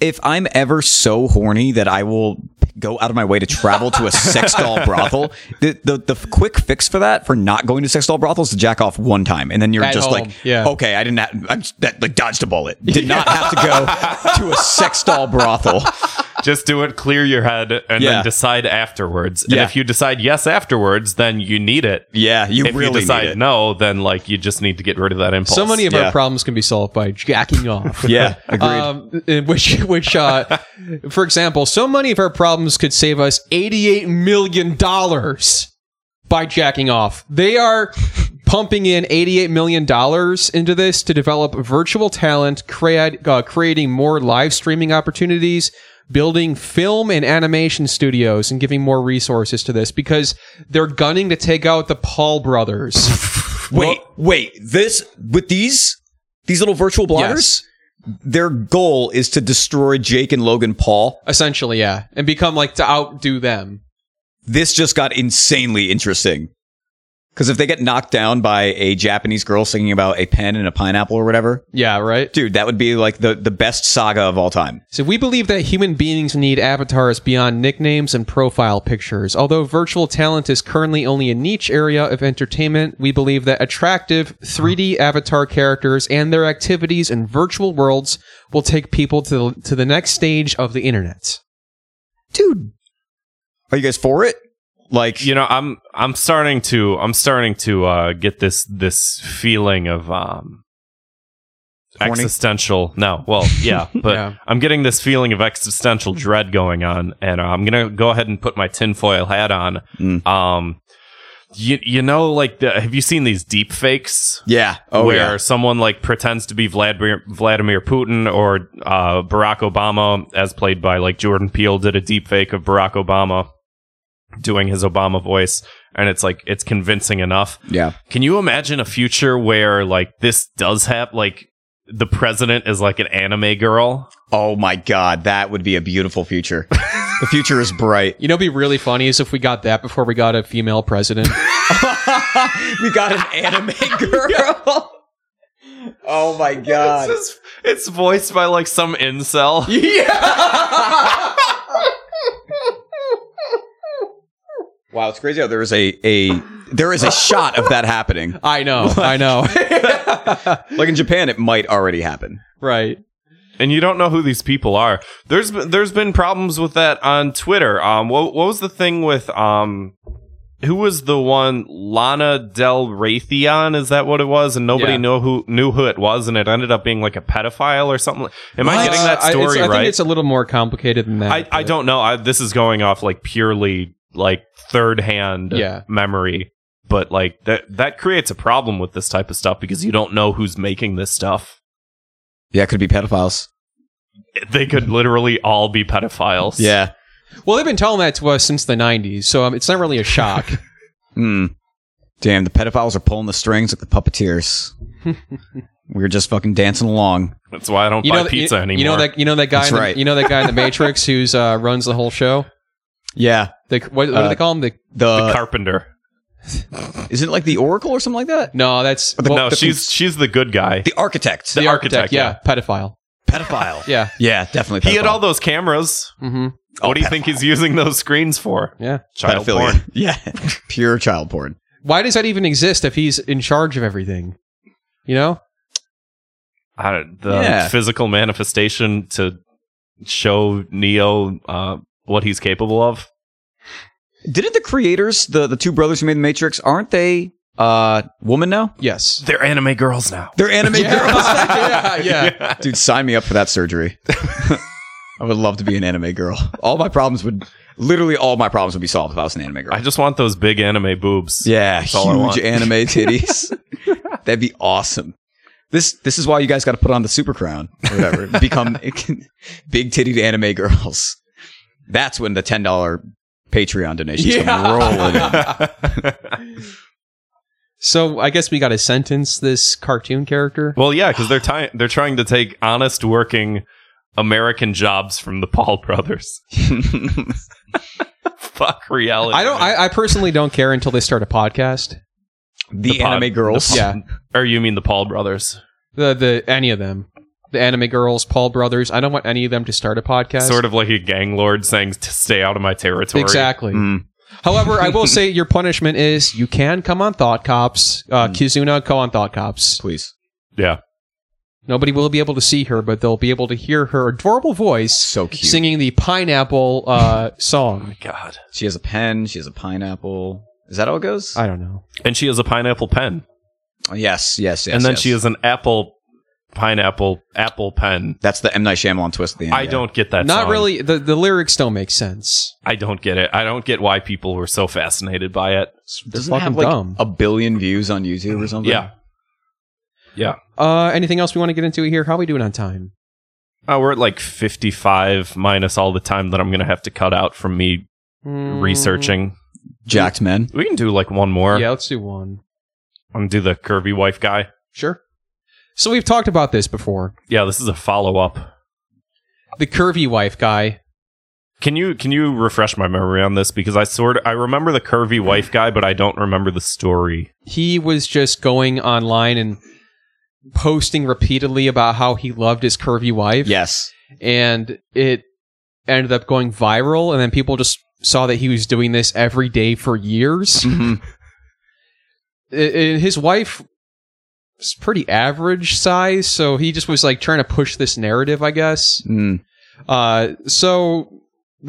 Speaker 2: if I'm ever so horny that I will go out of my way to travel to a sex doll brothel, the, the the quick fix for that for not going to sex doll brothels is to jack off one time, and then you're
Speaker 1: At
Speaker 2: just
Speaker 1: home,
Speaker 2: like,
Speaker 1: yeah.
Speaker 2: okay, I didn't, have, I'm just- that like dodged a bullet. Did not have to go to a sex doll brothel.
Speaker 3: Just do it, clear your head, and
Speaker 2: Yeah.
Speaker 3: then decide afterwards.
Speaker 2: Yeah.
Speaker 3: And if you decide yes afterwards, then you need it.
Speaker 2: Yeah, you
Speaker 3: if you
Speaker 2: really
Speaker 3: decide
Speaker 2: need it.
Speaker 3: no, then like you just need to get rid of that impulse.
Speaker 1: So many of
Speaker 2: Yeah.
Speaker 1: our problems can be solved by jacking off.
Speaker 2: Yeah, agreed.
Speaker 1: Um, in which, which, uh, for example, so many of our problems could save us eighty-eight million dollars by jacking off. They are pumping in eighty-eight million dollars into this to develop virtual talent, create, uh, creating more live streaming opportunities, building film and animation studios, and giving more resources to this because they're gunning to take out the Paul brothers.
Speaker 2: wait, wait. This with these these little virtual bloggers, their goal is to destroy Jake and Logan Paul.
Speaker 1: Essentially, yeah, and become like to outdo them.
Speaker 2: this just got insanely interesting. Because if they get knocked down by a Japanese girl singing about a pen and a pineapple or whatever,
Speaker 1: Yeah, right.
Speaker 2: dude, that would be like the, the best saga of all time.
Speaker 1: So we believe that human beings need avatars beyond nicknames and profile pictures. Although virtual talent is currently only a niche area of entertainment, we believe that attractive 3D avatar characters and their activities in virtual worlds will take people to the, to the next stage of the internet.
Speaker 2: Dude, are you guys for it? Like,
Speaker 3: you know, I'm I'm starting to I'm starting to uh, get this this feeling of um
Speaker 2: Horny?
Speaker 3: existential. No, well, yeah, but
Speaker 1: Yeah.
Speaker 3: I'm getting this feeling of existential dread going on, and uh, I'm gonna go ahead and put my tinfoil hat on.
Speaker 2: Mm.
Speaker 3: Um, you you know, like the, have you seen these deep fakes?
Speaker 2: yeah. Oh,
Speaker 3: where
Speaker 2: yeah.
Speaker 3: someone like pretends to be Vladimir Vladimir Putin or uh, Barack Obama, as played by like Jordan Peele, did a deep fake of Barack Obama doing his Obama voice, and it's like it's convincing enough.
Speaker 2: Yeah.
Speaker 3: Can you imagine a future where like this does happen? Like the president is like an anime girl.
Speaker 2: Oh, my God. That would be a beautiful future. the future is bright.
Speaker 1: You know, what'd be really funny is if we got that before we got a female president.
Speaker 2: we got an anime girl. oh, my
Speaker 3: It's,
Speaker 2: God.
Speaker 3: just- it's voiced by like some incel.
Speaker 2: Wow, it's crazy how there is a, a, there is a shot of that happening.
Speaker 1: I know, I know.
Speaker 2: Like in Japan, it might already happen.
Speaker 1: right.
Speaker 3: and you don't know who these people are. There's been, there's been problems with that on Twitter. Um, what what was the thing with um, who was the one Lana Del Raytheon? Is that what it was? And nobody
Speaker 1: Yeah.
Speaker 3: knew who knew who it was, and it ended up being like a pedophile or something. Am I getting that
Speaker 1: Uh, I- it's-
Speaker 3: story
Speaker 1: I,
Speaker 3: right?
Speaker 1: think it's a little more complicated than that.
Speaker 3: I, I don't know. I, this is going off like purely like third hand
Speaker 1: Yeah.
Speaker 3: memory. but like that that creates a problem with this type of stuff because you don't know who's making this stuff.
Speaker 2: Yeah, it could be pedophiles.
Speaker 3: They could literally all be pedophiles.
Speaker 2: Yeah.
Speaker 1: Well, they've been telling that to us since the 90s, so um, it's not really a shock.
Speaker 2: Hmm. Damn, the pedophiles are pulling the strings like the puppeteers. we were just fucking dancing along.
Speaker 3: that's why I don't buy
Speaker 1: that-
Speaker 3: pizza
Speaker 1: you,
Speaker 3: anymore.
Speaker 1: You know that you know that guy.
Speaker 2: That's
Speaker 1: in the,
Speaker 2: right.
Speaker 1: You know that guy in the Matrix who's uh, runs the whole show.
Speaker 2: Yeah.
Speaker 1: The, what, what do
Speaker 2: Uh,
Speaker 1: they call him? The,
Speaker 2: The,
Speaker 3: the carpenter.
Speaker 2: is it like the oracle or something like that?
Speaker 1: no, that's
Speaker 2: But the-
Speaker 1: well,
Speaker 3: no,
Speaker 2: the-
Speaker 3: she's she's the good guy.
Speaker 2: The architect.
Speaker 1: the,
Speaker 3: the
Speaker 1: architect.
Speaker 3: architect,
Speaker 1: Yeah, pedophile.
Speaker 2: pedophile.
Speaker 1: Yeah.
Speaker 2: Yeah, definitely.
Speaker 3: he had
Speaker 2: pedophile.
Speaker 3: all those cameras.
Speaker 1: hmm
Speaker 3: what do you think he's using those screens for?
Speaker 1: Yeah.
Speaker 3: Child
Speaker 2: Pedophilia.
Speaker 3: porn.
Speaker 2: Yeah, pure child porn.
Speaker 1: Why does that even exist if he's in charge of everything? You know.
Speaker 3: I don't- the
Speaker 2: Yeah.
Speaker 3: physical manifestation to show Neo uh, what he's capable of.
Speaker 2: Didn't the creators, the the two brothers who made the Matrix, aren't they uh woman now?
Speaker 1: Yes.
Speaker 3: They're anime girls now.
Speaker 2: They're anime girls.
Speaker 1: yeah, yeah.
Speaker 2: Dude, sign me up for that surgery. I would love to be an anime girl. All my problems would literally all my problems would be solved if I was an anime girl.
Speaker 3: I just want those big anime boobs.
Speaker 2: yeah,
Speaker 3: all I want.
Speaker 2: huge anime titties. That'd be awesome. This this is why you guys got to put on the super crown or whatever. Become big titted anime girls. That's when the ten dollar Patreon donations
Speaker 1: Yeah.
Speaker 2: come rolling in.
Speaker 1: So I guess we got to sentence this cartoon character.
Speaker 3: Well, yeah, because they're ty- they're trying to take honest working American jobs from the Paul brothers. Fuck reality.
Speaker 1: I don't. I, I personally don't care until they start a podcast.
Speaker 2: the,
Speaker 3: pod-
Speaker 2: anime girls.
Speaker 3: the
Speaker 1: Yeah.
Speaker 3: or you mean the Paul brothers?
Speaker 1: The the any of them, the anime girls, Paul brothers. I don't want any of them to start a podcast.
Speaker 3: Sort of like a gang lord saying to stay out of my territory.
Speaker 1: Exactly.
Speaker 2: Mm.
Speaker 1: However, I will say your punishment is you can come on Thought Cops. Uh, Kizuna, go on Thought Cops.
Speaker 2: Please.
Speaker 3: Yeah.
Speaker 1: Nobody will be able to see her, but they'll be able to hear her adorable voice
Speaker 2: So cute.
Speaker 1: singing the pineapple uh, song.
Speaker 3: God.
Speaker 2: She has a pen. She has a pineapple. Is that how it goes?
Speaker 1: I don't know.
Speaker 3: And she has a pineapple pen.
Speaker 2: Oh, yes, yes, yes.
Speaker 3: and then
Speaker 2: yes.
Speaker 3: she has an apple pineapple apple pen.
Speaker 2: That's the M Night Shyamalan twist. At the end,
Speaker 3: I
Speaker 2: yeah.
Speaker 3: don't get that.
Speaker 1: Not
Speaker 3: song.
Speaker 1: really. The, the lyrics don't make sense.
Speaker 3: I don't get it. I don't get why people were so fascinated by it.
Speaker 2: Doesn't
Speaker 1: They're
Speaker 2: it have
Speaker 1: fucking
Speaker 2: like
Speaker 1: dumb.
Speaker 2: a billion views on YouTube or something.
Speaker 3: Yeah. Yeah.
Speaker 1: Uh, anything else we want to get into here? How are we doing on time?
Speaker 3: Uh, we're at like 55 minus all the time that I'm going to have to cut out from me
Speaker 2: Mm-hmm.
Speaker 1: Mm,
Speaker 3: researching.
Speaker 2: Jacked men.
Speaker 3: We can do like one more.
Speaker 1: Yeah, let's do one.
Speaker 3: I'm going to do the curvy wife guy.
Speaker 1: Sure. So we've talked about this before.
Speaker 3: Yeah, this is a follow up.
Speaker 1: The curvy wife guy.
Speaker 3: Can you can you refresh my memory on this because I sort of I remember the curvy wife guy but I don't remember the story.
Speaker 1: He was just going online and posting repeatedly about how he loved his curvy wife.
Speaker 2: Yes.
Speaker 1: and it ended up going viral and then people just saw that he was doing this every day for years
Speaker 2: Mhm.
Speaker 1: I- I- his wife is pretty average size so he just was like trying to push this narrative i guess
Speaker 2: Mm.
Speaker 1: uh, so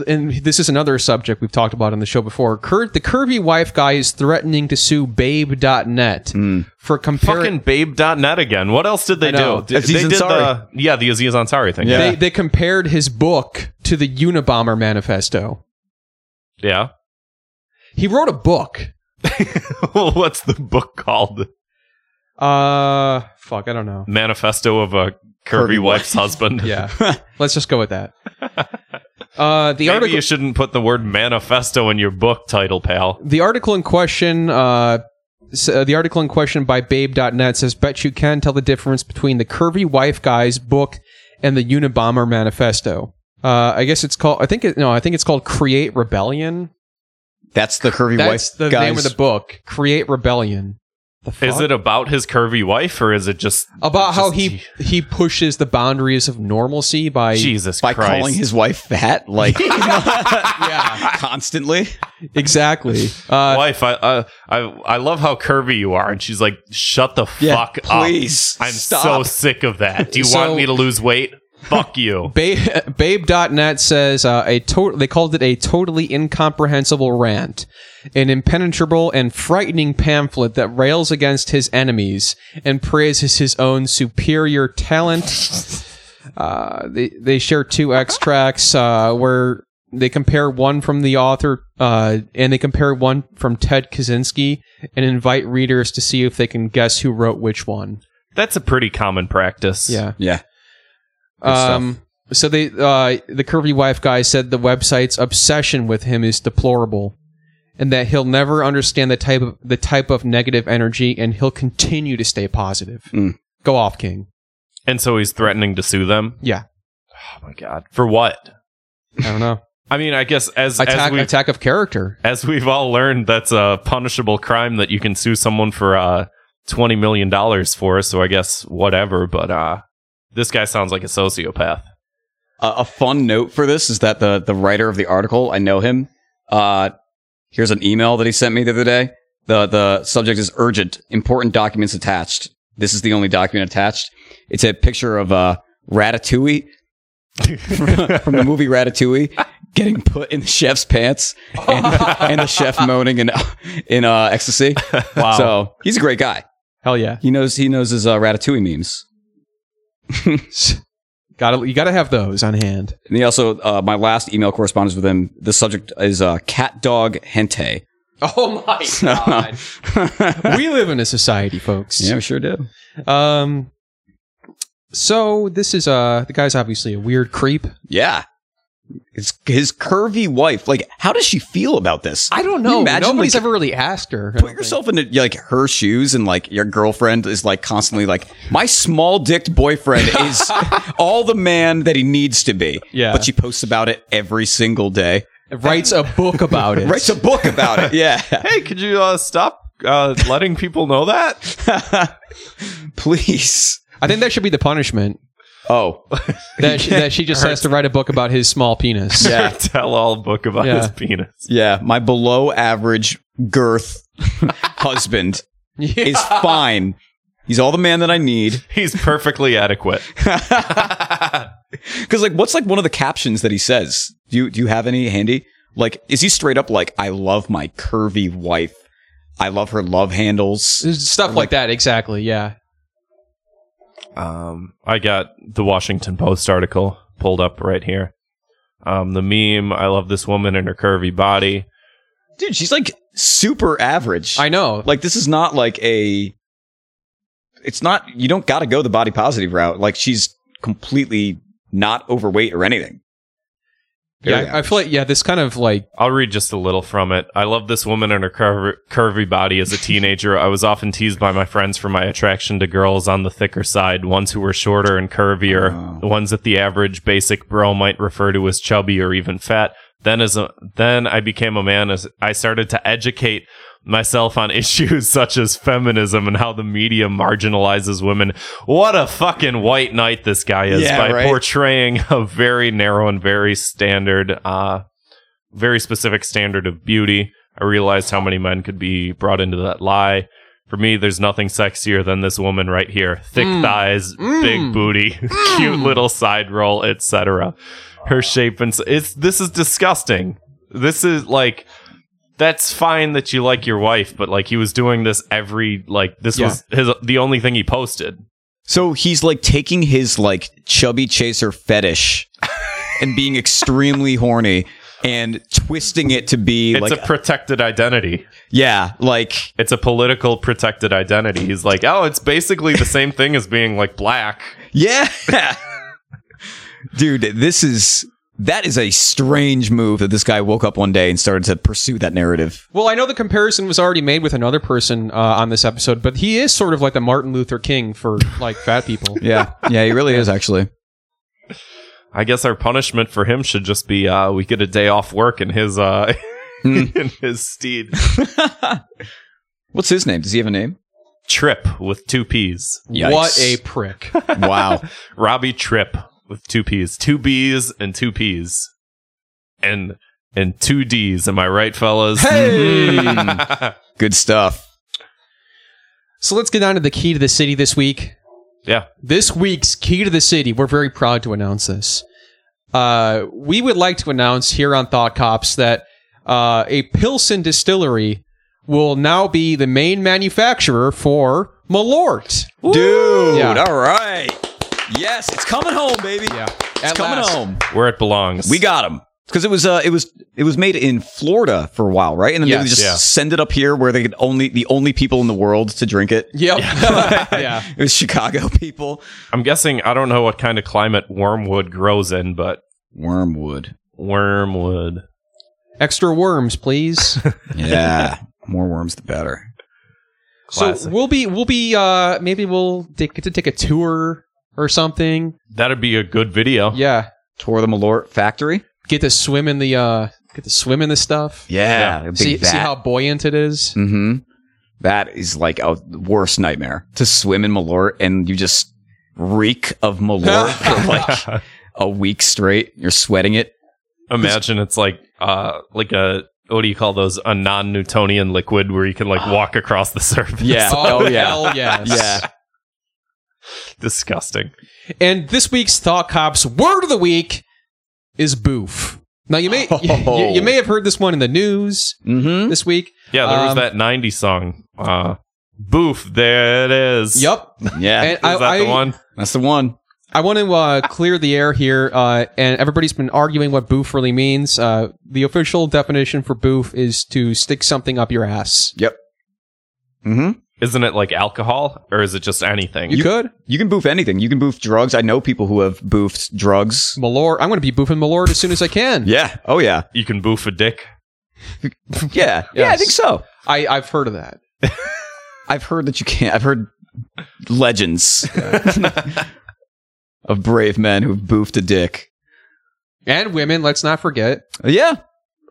Speaker 1: and this is another subject we've talked about on the show before Cur- the curvy wife guy is threatening to sue babe.net
Speaker 2: Mm.
Speaker 1: for comparing
Speaker 3: Fucking babe.net again. What else did they
Speaker 1: I know.
Speaker 3: do? Did-
Speaker 2: Aziz
Speaker 3: they did
Speaker 2: Ansari.
Speaker 3: the Yeah, the Aziz Ansari thing.
Speaker 2: Yeah.
Speaker 1: they, they compared his book to the unabomber manifesto
Speaker 3: Yeah.
Speaker 1: he wrote a book
Speaker 3: What's the book called?
Speaker 1: Uh, fuck, I don't know.
Speaker 3: Manifesto of a
Speaker 2: Curvy
Speaker 3: Curvy Wife's
Speaker 2: Wife.
Speaker 3: Husband.
Speaker 1: Yeah, let's just go with that. Uh, the
Speaker 3: Maybe
Speaker 1: article,
Speaker 3: you shouldn't put the word manifesto in your book title, pal.
Speaker 1: the article in question, uh, s- uh, the article in question by Babe.net says, "Bet you can tell the difference between the curvy wife guy's book and the Unabomber manifesto." Uh, I guess it's called. I think it, no, I think it's called Create Rebellion.
Speaker 2: That's the curvy
Speaker 1: That's
Speaker 2: wife.
Speaker 1: the
Speaker 2: guys.
Speaker 1: name of the book, Create Rebellion. The
Speaker 3: Is
Speaker 1: fuck?
Speaker 3: it about his curvy wife or is it just
Speaker 1: about how
Speaker 3: just-
Speaker 1: he he pushes the boundaries of normalcy by
Speaker 3: Jesus
Speaker 2: By
Speaker 3: Christ?
Speaker 2: calling his wife fat, like
Speaker 1: yeah
Speaker 2: constantly.
Speaker 1: exactly uh,
Speaker 3: wife, I, uh, I I love how curvy you are, and she's like, "Shut the
Speaker 2: Yeah,
Speaker 3: fuck
Speaker 2: please,
Speaker 3: up! I'm so
Speaker 2: stop."
Speaker 3: sick of that. Do you
Speaker 1: So-
Speaker 3: want me to lose weight? Fuck you."
Speaker 1: Ba- Babe.net says uh, a to- they called it a totally incomprehensible rant, an impenetrable and frightening pamphlet that rails against his enemies and praises his own superior talent. Uh, they they share two extracts uh, where they compare one from the author uh, and they compare one from Ted Kaczynski and invite readers to see if they can guess who wrote which one.
Speaker 3: That's a pretty common practice.
Speaker 1: Yeah.
Speaker 2: Yeah. stuff.
Speaker 1: Um, so they uh, the curvy wife guy said the website's obsession with him is deplorable and that he'll never understand the type of the type of negative energy and he'll continue to stay positive.
Speaker 2: Mm.
Speaker 1: Go off, King.
Speaker 3: And so he's threatening to sue them.
Speaker 1: Yeah.
Speaker 3: Oh my god. For what?
Speaker 1: I don't know.
Speaker 3: I mean, I guess as as
Speaker 1: attack
Speaker 3: we
Speaker 1: attack of character.
Speaker 3: as we've all learned, that's a punishable crime that you can sue someone for uh, twenty million dollars for. So I guess whatever. But uh, this guy sounds like a sociopath.
Speaker 2: Uh, a fun note for this is that the the writer of the article, I know him. Uh, here's an email that he sent me the other day. the The subject is urgent, important documents attached. This is the only document attached. It's a picture of uh, Ratatouille from the movie Ratatouille getting put in the chef's pants and, and the chef moaning in in uh, ecstasy.
Speaker 3: Wow.
Speaker 2: So he's a great guy.
Speaker 1: Hell yeah.
Speaker 2: He knows he knows his uh, Ratatouille memes.
Speaker 1: Got to you got to have those on hand.
Speaker 2: And he also, uh, my last email correspondence with him, the subject is uh, cat dog hente.
Speaker 1: Oh my god. we live in a society, folks.
Speaker 2: Yeah, we sure do.
Speaker 1: Um so this is uh the guy's obviously a weird creep.
Speaker 2: Yeah. His, his curvy wife, like, how does she feel about this? Can you Imagine,
Speaker 1: Nobody's
Speaker 2: like,
Speaker 1: ever really asked her. I don't
Speaker 2: Put
Speaker 1: think.
Speaker 2: yourself into like her shoes, and like your girlfriend is like constantly like, my small dicked boyfriend is all the man that he needs to be.
Speaker 1: Yeah.
Speaker 2: but she posts about it every single day.
Speaker 1: writes a book about it.
Speaker 2: Writes a book about it. Yeah,
Speaker 3: Hey, could you uh, stop uh, letting people know that?
Speaker 2: please.
Speaker 1: I think that should be the punishment.
Speaker 2: Oh,
Speaker 1: That she, that she just has to write a book about his small penis.
Speaker 2: Yeah.
Speaker 3: Tell all book about
Speaker 1: Yeah.
Speaker 3: his penis.
Speaker 2: Yeah, my below average girth husband
Speaker 1: Yeah.
Speaker 2: is fine. He's all the man that I need.
Speaker 3: He's perfectly adequate.
Speaker 2: Because like, what's like one of the captions that he says? Do you do you have any handy? Like, is he straight up like, I love my curvy wife. I love her love handles.
Speaker 1: Stuff like, that, exactly. Yeah.
Speaker 3: Um, I got the Washington Post article pulled up right here. Um, the meme. I love this woman and her curvy body.
Speaker 2: Dude, she's like super average.
Speaker 1: I know.
Speaker 2: Like, this is not like a. It's not. You don't got to go the body positive route. Like, she's completely not overweight or anything. Very
Speaker 1: yeah, I
Speaker 2: average.
Speaker 1: feel like yeah, this kind of like
Speaker 3: I'll read just a little from it. I love this woman and her curvy, curvy body as a teenager. I was often teased by my friends for my attraction to girls on the thicker side, ones who were shorter and curvier, the ones that the average basic bro might refer to as chubby or even fat. Then as a, then I became a man as I started to educate myself on issues such as feminism and how the media marginalizes women. What a fucking white knight this guy is
Speaker 2: Yeah,
Speaker 3: by
Speaker 2: right?
Speaker 3: portraying a very narrow and very standard uh very specific standard of beauty. I realized how many men could be brought into that lie. For me, there's nothing sexier than this woman right here. Thick thighs, big booty, cute little side roll, etc. Her shape and s- it's this is disgusting. This is like that's fine that you like your wife, but like he was doing this every like this
Speaker 1: Yeah.
Speaker 3: was his the only thing he posted.
Speaker 2: So he's like taking his like chubby chaser fetish and being extremely horny and twisting it to be
Speaker 3: It's
Speaker 2: like
Speaker 3: a protected identity.
Speaker 2: yeah, like
Speaker 3: It's a political protected identity. He's like, oh, it's basically the same thing as being like black.
Speaker 2: yeah. Dude, this is that is a strange move that this guy woke up one day and started to pursue that narrative.
Speaker 1: Well, I know the comparison was already made with another person uh, on this episode, but he is sort of like the Martin Luther King for like fat people.
Speaker 2: Yeah. Yeah, he really is actually.
Speaker 3: I guess our punishment for him should just be uh, we get a day off work in his uh,
Speaker 2: Hmm.
Speaker 3: in his steed
Speaker 2: What's his name? Does he have a name?
Speaker 3: Trip with two P's.
Speaker 2: Yikes.
Speaker 1: What a prick.
Speaker 2: Wow.
Speaker 3: Robbie Trip with two P's, two B's and two P's, and and two D's. Am I right, fellas? Hmm.
Speaker 2: Mm. Good stuff.
Speaker 1: so let's get down to the key to the city this week.
Speaker 3: Yeah.
Speaker 1: This week's key to the city, we're very proud to announce this. Uh, we would like to announce here on Thought Cops that uh, a Pilsen distillery will now be the main manufacturer for Malort.
Speaker 2: Dude,
Speaker 1: Yeah.
Speaker 2: all right. Yes, it's coming home, baby.
Speaker 1: Yeah.
Speaker 2: It's coming home.
Speaker 3: Where it belongs.
Speaker 2: We got him. because it was uh, it was it was made in Florida for a while, right? And then they
Speaker 1: Yes.
Speaker 2: would just
Speaker 8: Yeah.
Speaker 2: send it up here where they could only the only people in the world to drink it.
Speaker 1: Yep. yeah.
Speaker 2: It was Chicago people.
Speaker 3: I'm guessing I don't know what kind of climate wormwood grows in, but
Speaker 2: Wormwood.
Speaker 3: wormwood.
Speaker 1: Extra worms, please.
Speaker 2: Yeah, more worms the better.
Speaker 1: So
Speaker 3: Classic.
Speaker 1: we'll be we'll be uh maybe we'll take, get to take a tour or something.
Speaker 3: That'd be a good video.
Speaker 1: Yeah.
Speaker 2: Tour of the Malort factory.
Speaker 1: Get to swim in the uh get to swim in the stuff.
Speaker 2: Yeah,
Speaker 1: See, see how buoyant it is.
Speaker 2: Mm-hmm. That is like a worst nightmare to swim in Malort and you just reek of Malort for like a week straight. You're sweating it.
Speaker 3: Imagine it's like uh like a what do you call those a non-Newtonian liquid where you can like
Speaker 1: Ah.
Speaker 3: walk across the surface.
Speaker 1: Oh,
Speaker 2: oh yeah.
Speaker 1: hell yes.
Speaker 2: Yeah.
Speaker 3: Disgusting.
Speaker 1: And this week's Thought Cops word of the week is boof. Now you may you, you may have heard this one in the news
Speaker 2: Mm-hmm.
Speaker 1: this week.
Speaker 3: Yeah, there was
Speaker 1: Um,
Speaker 3: that 90 song. Uh Boof, there it is.
Speaker 1: Yep.
Speaker 2: Yeah.
Speaker 1: And
Speaker 3: Is
Speaker 1: I,
Speaker 3: that the
Speaker 1: I-
Speaker 3: one?
Speaker 2: that's the one.
Speaker 1: I want to uh, clear the air here, uh, and everybody's been arguing what boof really means. Uh, the official definition for boof is to stick something up your ass.
Speaker 2: Mm-hmm.
Speaker 3: Isn't it like alcohol or is it just anything?
Speaker 1: You, could.
Speaker 2: You can boof anything. You can boof drugs. I know people who have boofed drugs.
Speaker 1: Malord. I'm going to be boofing Malord as soon as I can.
Speaker 2: Yeah. Oh yeah.
Speaker 3: you can boof a dick.
Speaker 2: Yeah. Yeah, I
Speaker 1: Yes.
Speaker 2: think so.
Speaker 1: I, I've heard of that.
Speaker 2: I've heard that you can't I've heard legends of brave men who've boofed a dick.
Speaker 1: And women, let's not forget.
Speaker 2: Yeah.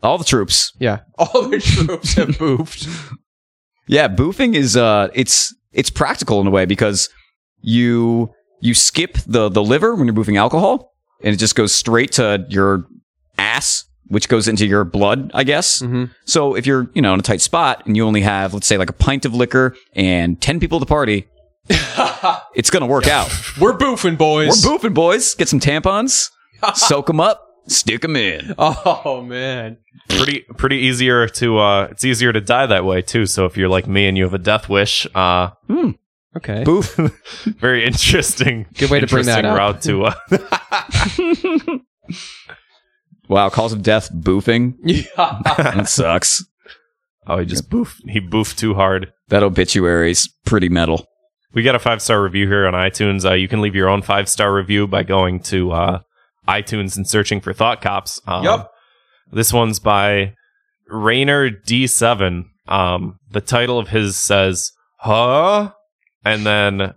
Speaker 2: All the troops.
Speaker 1: Yeah. All the troops have boofed.
Speaker 2: Yeah, boofing is uh it's it's practical in a way because you you skip the the liver when you're boofing alcohol and it just goes straight to your ass which goes into your blood, I guess.
Speaker 1: hmm
Speaker 2: So if you're, you know, in a tight spot and you only have let's say like a pint of liquor and 10 people at the party, it's going to work out.
Speaker 1: We're boofing,
Speaker 2: We're
Speaker 1: boys.
Speaker 2: boofing, boys. Get some tampons, soak them up, stick them in.
Speaker 1: Oh, man.
Speaker 3: pretty pretty easier to uh it's easier to die that way too so if you're like me and you have a death wish uh
Speaker 1: Okay.
Speaker 2: Boof.
Speaker 3: very interesting
Speaker 1: Good way to bring that
Speaker 3: interesting
Speaker 1: up.
Speaker 3: route to uh
Speaker 2: Wow, cause of death boofing.
Speaker 1: Yeah.
Speaker 2: that sucks.
Speaker 3: oh he just boof he boofed too hard
Speaker 2: That obituary's pretty metal.
Speaker 3: we got a five star review here on itunes uh you can leave your own five star review by going to uh itunes and searching for thought cops um,
Speaker 1: Yup.
Speaker 3: this one's by rainer d7 um the title of his says huh and then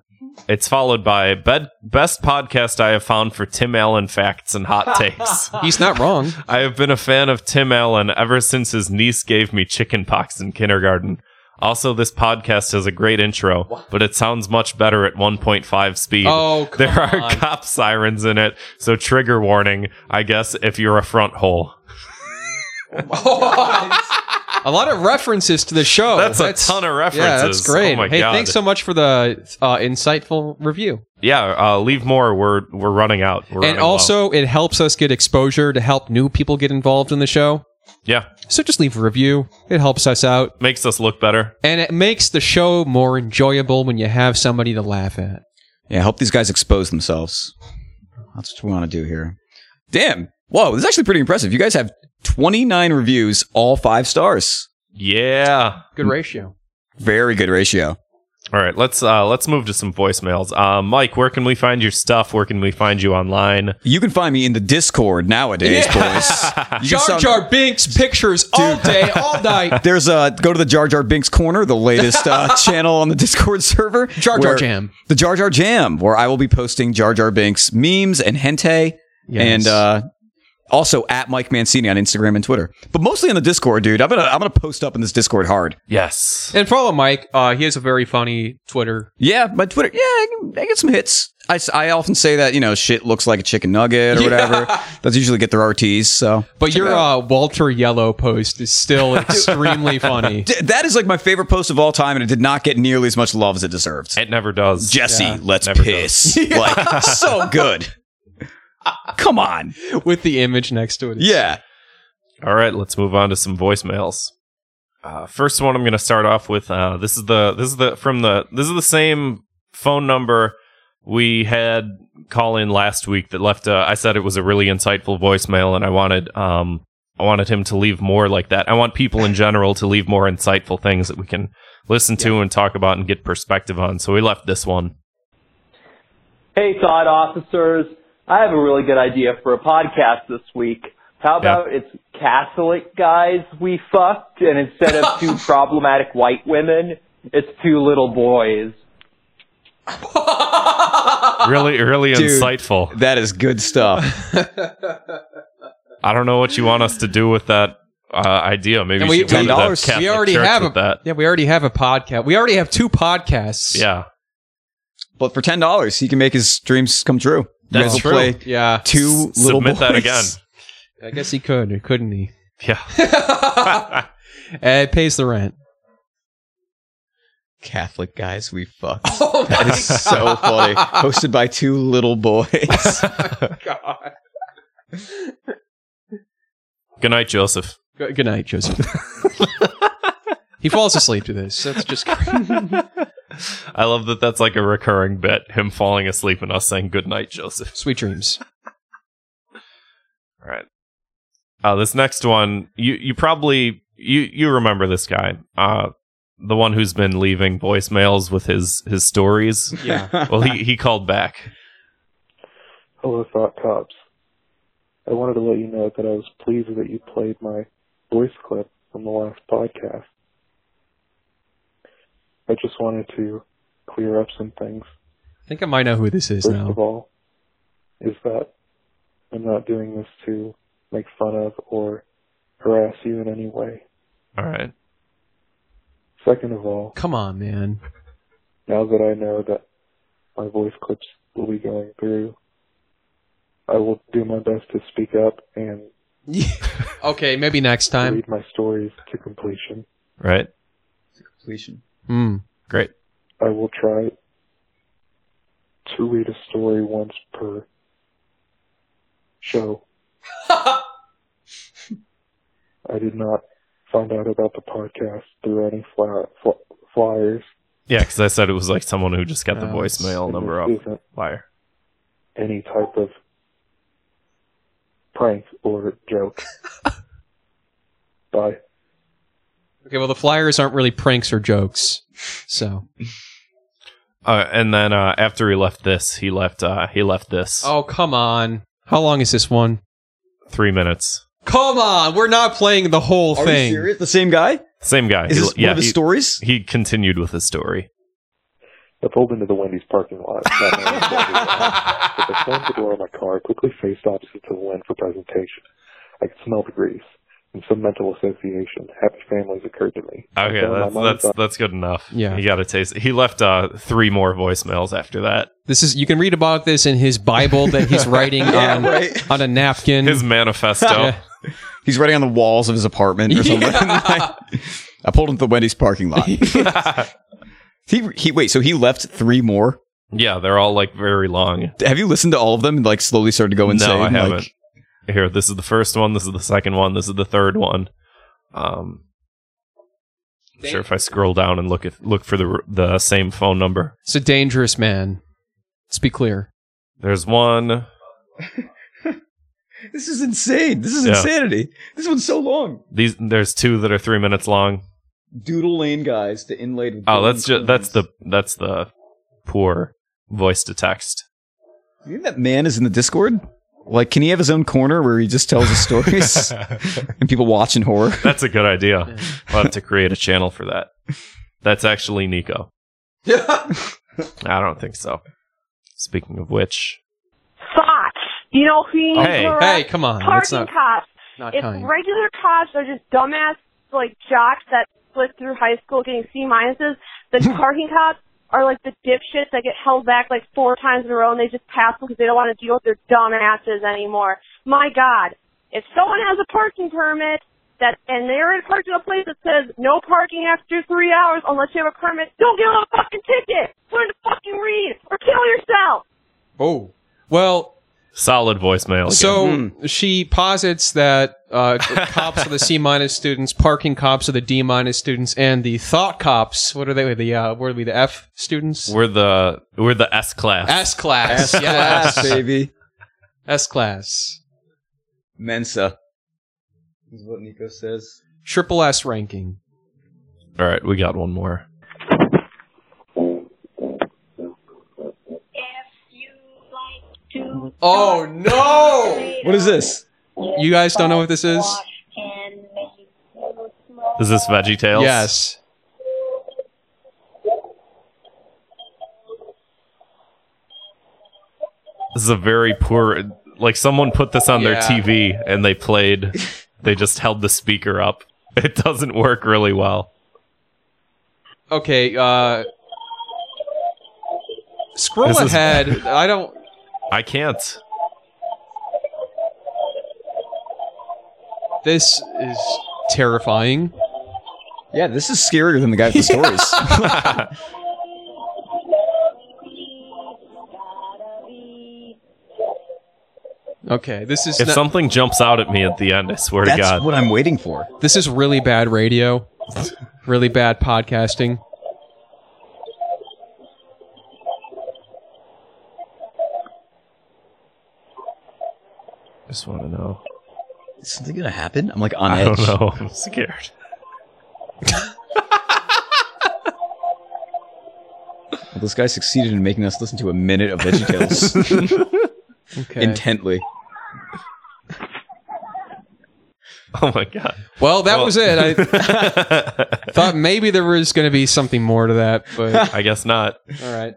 Speaker 3: it's followed by bed- best podcast I have found for Tim Allen facts and hot takes.
Speaker 1: He's not wrong.
Speaker 3: I have been a fan of Tim Allen ever since his niece gave me chicken pox in kindergarten. Also, this podcast has a great intro, but it sounds much better at 1.5 speed.
Speaker 1: Oh, come
Speaker 3: there are
Speaker 1: on.
Speaker 3: cop sirens in it, so trigger warning, I guess, if you're a front hole.
Speaker 1: a lot of references to the show.
Speaker 3: That's a ton of
Speaker 1: Oh,
Speaker 3: references.
Speaker 1: Yeah, that's great.
Speaker 3: Oh my
Speaker 1: hey,
Speaker 3: God.
Speaker 1: thanks so much for the uh, insightful review.
Speaker 3: Yeah, uh, leave more. We're we're running out. We're running
Speaker 1: and
Speaker 3: low.
Speaker 1: also, it helps us get exposure to help new people get involved in the show.
Speaker 3: yeah,
Speaker 1: So just leave a review. It helps us out.
Speaker 3: makes us look better.
Speaker 1: And it makes the show more enjoyable when you have somebody to laugh at.
Speaker 2: Yeah, help these guys expose themselves. That's what we want to do here. Damn. Whoa, this is actually pretty impressive. You guys have 29 reviews, all five stars.
Speaker 3: Yeah.
Speaker 1: Good ratio.
Speaker 2: Very good ratio.
Speaker 3: All right, let's uh, let's move to some voicemails. Uh, Mike, where can we find your stuff? Where can we find you online?
Speaker 2: You can find me in the Discord nowadays, boys. You can
Speaker 1: Jar
Speaker 2: sound-
Speaker 1: Jar Binks pictures all day, all night.
Speaker 2: There's a go to the Jar Jar Binks corner, the latest uh, channel on the Discord server.
Speaker 1: Jar Jar
Speaker 2: where-
Speaker 1: Jam.
Speaker 2: The Jar Jar Jam, where I will be posting Jar Jar Binks memes and hentai, and uh, also at Mike Mancini on Instagram and Twitter. But mostly on the Discord, dude. I'm gonna I'm gonna post up in this Discord hard.
Speaker 3: Yes.
Speaker 1: And follow Mike. Uh, he has a very funny Twitter.
Speaker 2: Yeah, my Twitter. Yeah, I, can, I get some hits. I, s- I often say that you know shit looks like a chicken nugget or whatever. That's usually get their RTs. So
Speaker 1: But your uh, Walter Yellow post is still extremely funny.
Speaker 2: D- that is like my favorite post of all time, and it did not get nearly as much love as it deserved.
Speaker 3: It never does.
Speaker 2: Jesse, let's
Speaker 3: never
Speaker 2: piss. like so good. Come on.
Speaker 1: with the image next to it.
Speaker 2: Yeah.
Speaker 3: All right, let's move on to some voicemails. Uh, first one, I'm going to start off with. Uh, this is the this is the from the this is the same phone number we had call in last week that left. A, I said it was a really insightful voicemail, and I wanted um I wanted him to leave more like that. I want people in general to leave more insightful things that we can listen to and talk about and get perspective on. So we left this one.
Speaker 9: Hey, thought officers. I have a really good idea for a podcast this week. How about it's Catholic guys we fucked, and instead of two problematic white women, it's two little boys.
Speaker 3: Really, really
Speaker 2: Dude.
Speaker 3: insightful.
Speaker 2: That is good stuff.
Speaker 3: I don't know what you want us to do with that uh, idea. Maybe
Speaker 1: And
Speaker 3: we,
Speaker 1: we-
Speaker 3: should go to
Speaker 2: we-
Speaker 3: that
Speaker 2: dollars.
Speaker 3: Catholic
Speaker 1: we already
Speaker 3: church
Speaker 1: have a
Speaker 3: with that.
Speaker 1: yeah. We already have a podcast. We already have two podcasts.
Speaker 3: Yeah.
Speaker 2: But for ten dollars, he can make his dreams come true. You
Speaker 3: That's
Speaker 2: guys will
Speaker 3: true.
Speaker 2: Play
Speaker 1: yeah.
Speaker 2: two
Speaker 3: S-
Speaker 2: little
Speaker 3: submit
Speaker 2: boys.
Speaker 3: that again.
Speaker 1: I guess he could, or couldn't he?
Speaker 3: Yeah.
Speaker 1: Uh, it pays the rent.
Speaker 2: Catholic guys, we fucked.
Speaker 1: Oh
Speaker 2: That is so funny. Hosted by two little boys.
Speaker 1: God.
Speaker 3: Good night, Joseph.
Speaker 1: Good, good night, Joseph. he falls asleep to this. That's just
Speaker 3: I love that that's like a recurring bit him falling asleep and us saying good night, Joseph.
Speaker 1: sweet dreams.
Speaker 3: All right. Uh, this next one, you, you probably you you remember this guy, uh, the one who's been leaving voicemails with his his stories.
Speaker 1: Yeah.
Speaker 3: Well, he he called back.
Speaker 10: Hello, Thought Cops. I wanted to let you know that I was pleased that you played my voice clip from the last podcast. I just wanted to clear up some things.
Speaker 1: I think I might know who this is
Speaker 10: First
Speaker 1: now.
Speaker 10: of all, is that I'm not doing this to make fun of or harass you in any way.
Speaker 3: All right.
Speaker 10: Second of all,
Speaker 1: Come on, man.
Speaker 10: now that I know that my voice clips will be going through, I will do my best to speak up and
Speaker 1: okay, maybe next time.
Speaker 10: read my stories to completion.
Speaker 3: Right.
Speaker 1: Mm.
Speaker 3: Great.
Speaker 10: I will try to read a story once per show. I did not find out about the podcast through any fly, fl- flyers.
Speaker 3: Yeah, because I said it was like someone who just got the
Speaker 2: Oh,
Speaker 1: Uh,
Speaker 3: voicemail
Speaker 10: and
Speaker 3: number
Speaker 10: this
Speaker 3: off
Speaker 10: isn't
Speaker 3: wire.
Speaker 10: any type of prank or joke. Bye.
Speaker 1: Okay, well, the flyers aren't really pranks or jokes. So.
Speaker 3: Uh, and then uh, after he left this, he left uh, he left this
Speaker 1: Oh, come on. How long is this one?
Speaker 3: three minutes.
Speaker 1: Come on. We're not playing the whole
Speaker 2: Are
Speaker 1: thing.
Speaker 2: you serious? The same guy?
Speaker 3: Same guy.
Speaker 2: Is
Speaker 3: He-
Speaker 2: this
Speaker 3: yeah,
Speaker 2: one of his
Speaker 3: he-
Speaker 2: stories?
Speaker 3: he continued with his story.
Speaker 10: I pulled into the Wendy's parking lot. not knowing exactly what happened, but I slammed the door of my car, quickly faced opposite to the wind for presentation. I could smell the grease and some mental association. Happy families occurred to me.
Speaker 3: Okay,
Speaker 10: So my
Speaker 3: that's
Speaker 10: mind
Speaker 3: that's
Speaker 10: thought,
Speaker 3: that's good enough.
Speaker 1: Yeah.
Speaker 3: you got to taste. It. He left uh, three more voicemails after that.
Speaker 1: This is you can read about this in his Bible that he's writing
Speaker 2: Yeah,
Speaker 1: on
Speaker 2: Um, right.
Speaker 1: on a napkin.
Speaker 3: His manifesto.
Speaker 1: Yeah.
Speaker 2: He's writing on the walls of his apartment or something. I pulled into the Wendy's parking lot. he he wait, so he left three more.
Speaker 3: Yeah, they're all like very long.
Speaker 2: Have you listened to all of them and like slowly started to go insane?
Speaker 3: no, I
Speaker 2: Like,
Speaker 3: haven't. Here, this is the first one. This is the second one. This is the third one. Um, I'm sure if I scroll down and look at look for the the same phone number.
Speaker 1: It's a dangerous man. Let's be clear.
Speaker 3: There's one.
Speaker 2: this is insane. This is
Speaker 3: Yeah.
Speaker 2: insanity. This one's so long.
Speaker 3: These there's two that are three minutes long.
Speaker 2: Doodle lane guys to inlaid with
Speaker 3: Oh, that's just that's the that's the poor voice to text.
Speaker 2: You think that man is in the Discord? Like, can he have his own corner where he just tells his stories and people watch in horror?
Speaker 3: That's a good idea. We'll have to create a channel for that. That's actually Nico. I don't think so. Speaking of which,
Speaker 4: Thoughts. You know who you need
Speaker 3: Hey,
Speaker 4: to arrest?
Speaker 1: Oh, Hey, come on. That's
Speaker 4: Parking
Speaker 1: not
Speaker 4: cops.
Speaker 1: not
Speaker 4: If
Speaker 1: kind.
Speaker 4: regular cops are just dumbass like jocks that split through high school getting C minuses, then parking cops are like the dipshits that get held back like four times in a row and they just pass them because they don't want to deal with their dumbasses anymore. My God, if someone has a parking permit that and they're in parked in a place that says no parking after three hours unless you have a permit, don't give them a fucking ticket. Learn to fucking read or kill yourself.
Speaker 1: Oh. Well,
Speaker 3: Solid voicemail.
Speaker 1: So
Speaker 2: hmm.
Speaker 1: she posits that uh, cops are the C minus students, parking cops are the D minus students, and the thought cops. What are they? The uh, what are we? The F students?
Speaker 3: we're the we're the S class.
Speaker 1: S class.
Speaker 2: S
Speaker 1: Yes.
Speaker 2: class, baby.
Speaker 1: S class.
Speaker 2: Mensa. Is what Nico says.
Speaker 1: Triple S ranking.
Speaker 3: All right, we got one more.
Speaker 1: Oh no!
Speaker 2: What is this?
Speaker 1: You guys don't know what this is?
Speaker 3: Is this Veggie Tales?
Speaker 1: Yes.
Speaker 3: This is a very poor. Like someone put this on their
Speaker 1: Yeah.
Speaker 3: TV and they played. they just held the speaker up. It doesn't work really well.
Speaker 1: Okay. Uh, scroll
Speaker 3: This is-
Speaker 1: ahead. I don't.
Speaker 3: I can't.
Speaker 1: This is terrifying.
Speaker 2: Yeah, this is scarier than the guy with the stories.
Speaker 1: Okay. This is
Speaker 3: If
Speaker 1: not-
Speaker 3: something jumps out at me at the end, I swear
Speaker 2: That's
Speaker 3: to God.
Speaker 2: what I'm waiting for.
Speaker 1: this is really bad radio. really bad podcasting.
Speaker 3: just want to know.
Speaker 2: Is something gonna happen? I'm like on
Speaker 3: I
Speaker 2: edge.
Speaker 3: don't know. I'm scared.
Speaker 2: Well, this guy succeeded in making us listen to a minute of VeggieTales
Speaker 1: Okay.
Speaker 2: intently.
Speaker 3: Oh my God.
Speaker 1: well, that
Speaker 3: Well-
Speaker 1: was it. I thought maybe there was going to be something more to that, but
Speaker 3: I guess not.
Speaker 1: all right.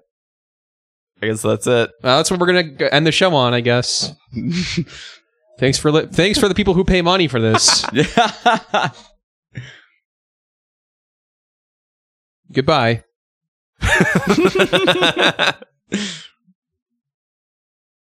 Speaker 3: I guess that's it.
Speaker 1: Well, that's what we're going to end the show on, I guess. thanks for li- thanks for the people who pay money for this. Goodbye.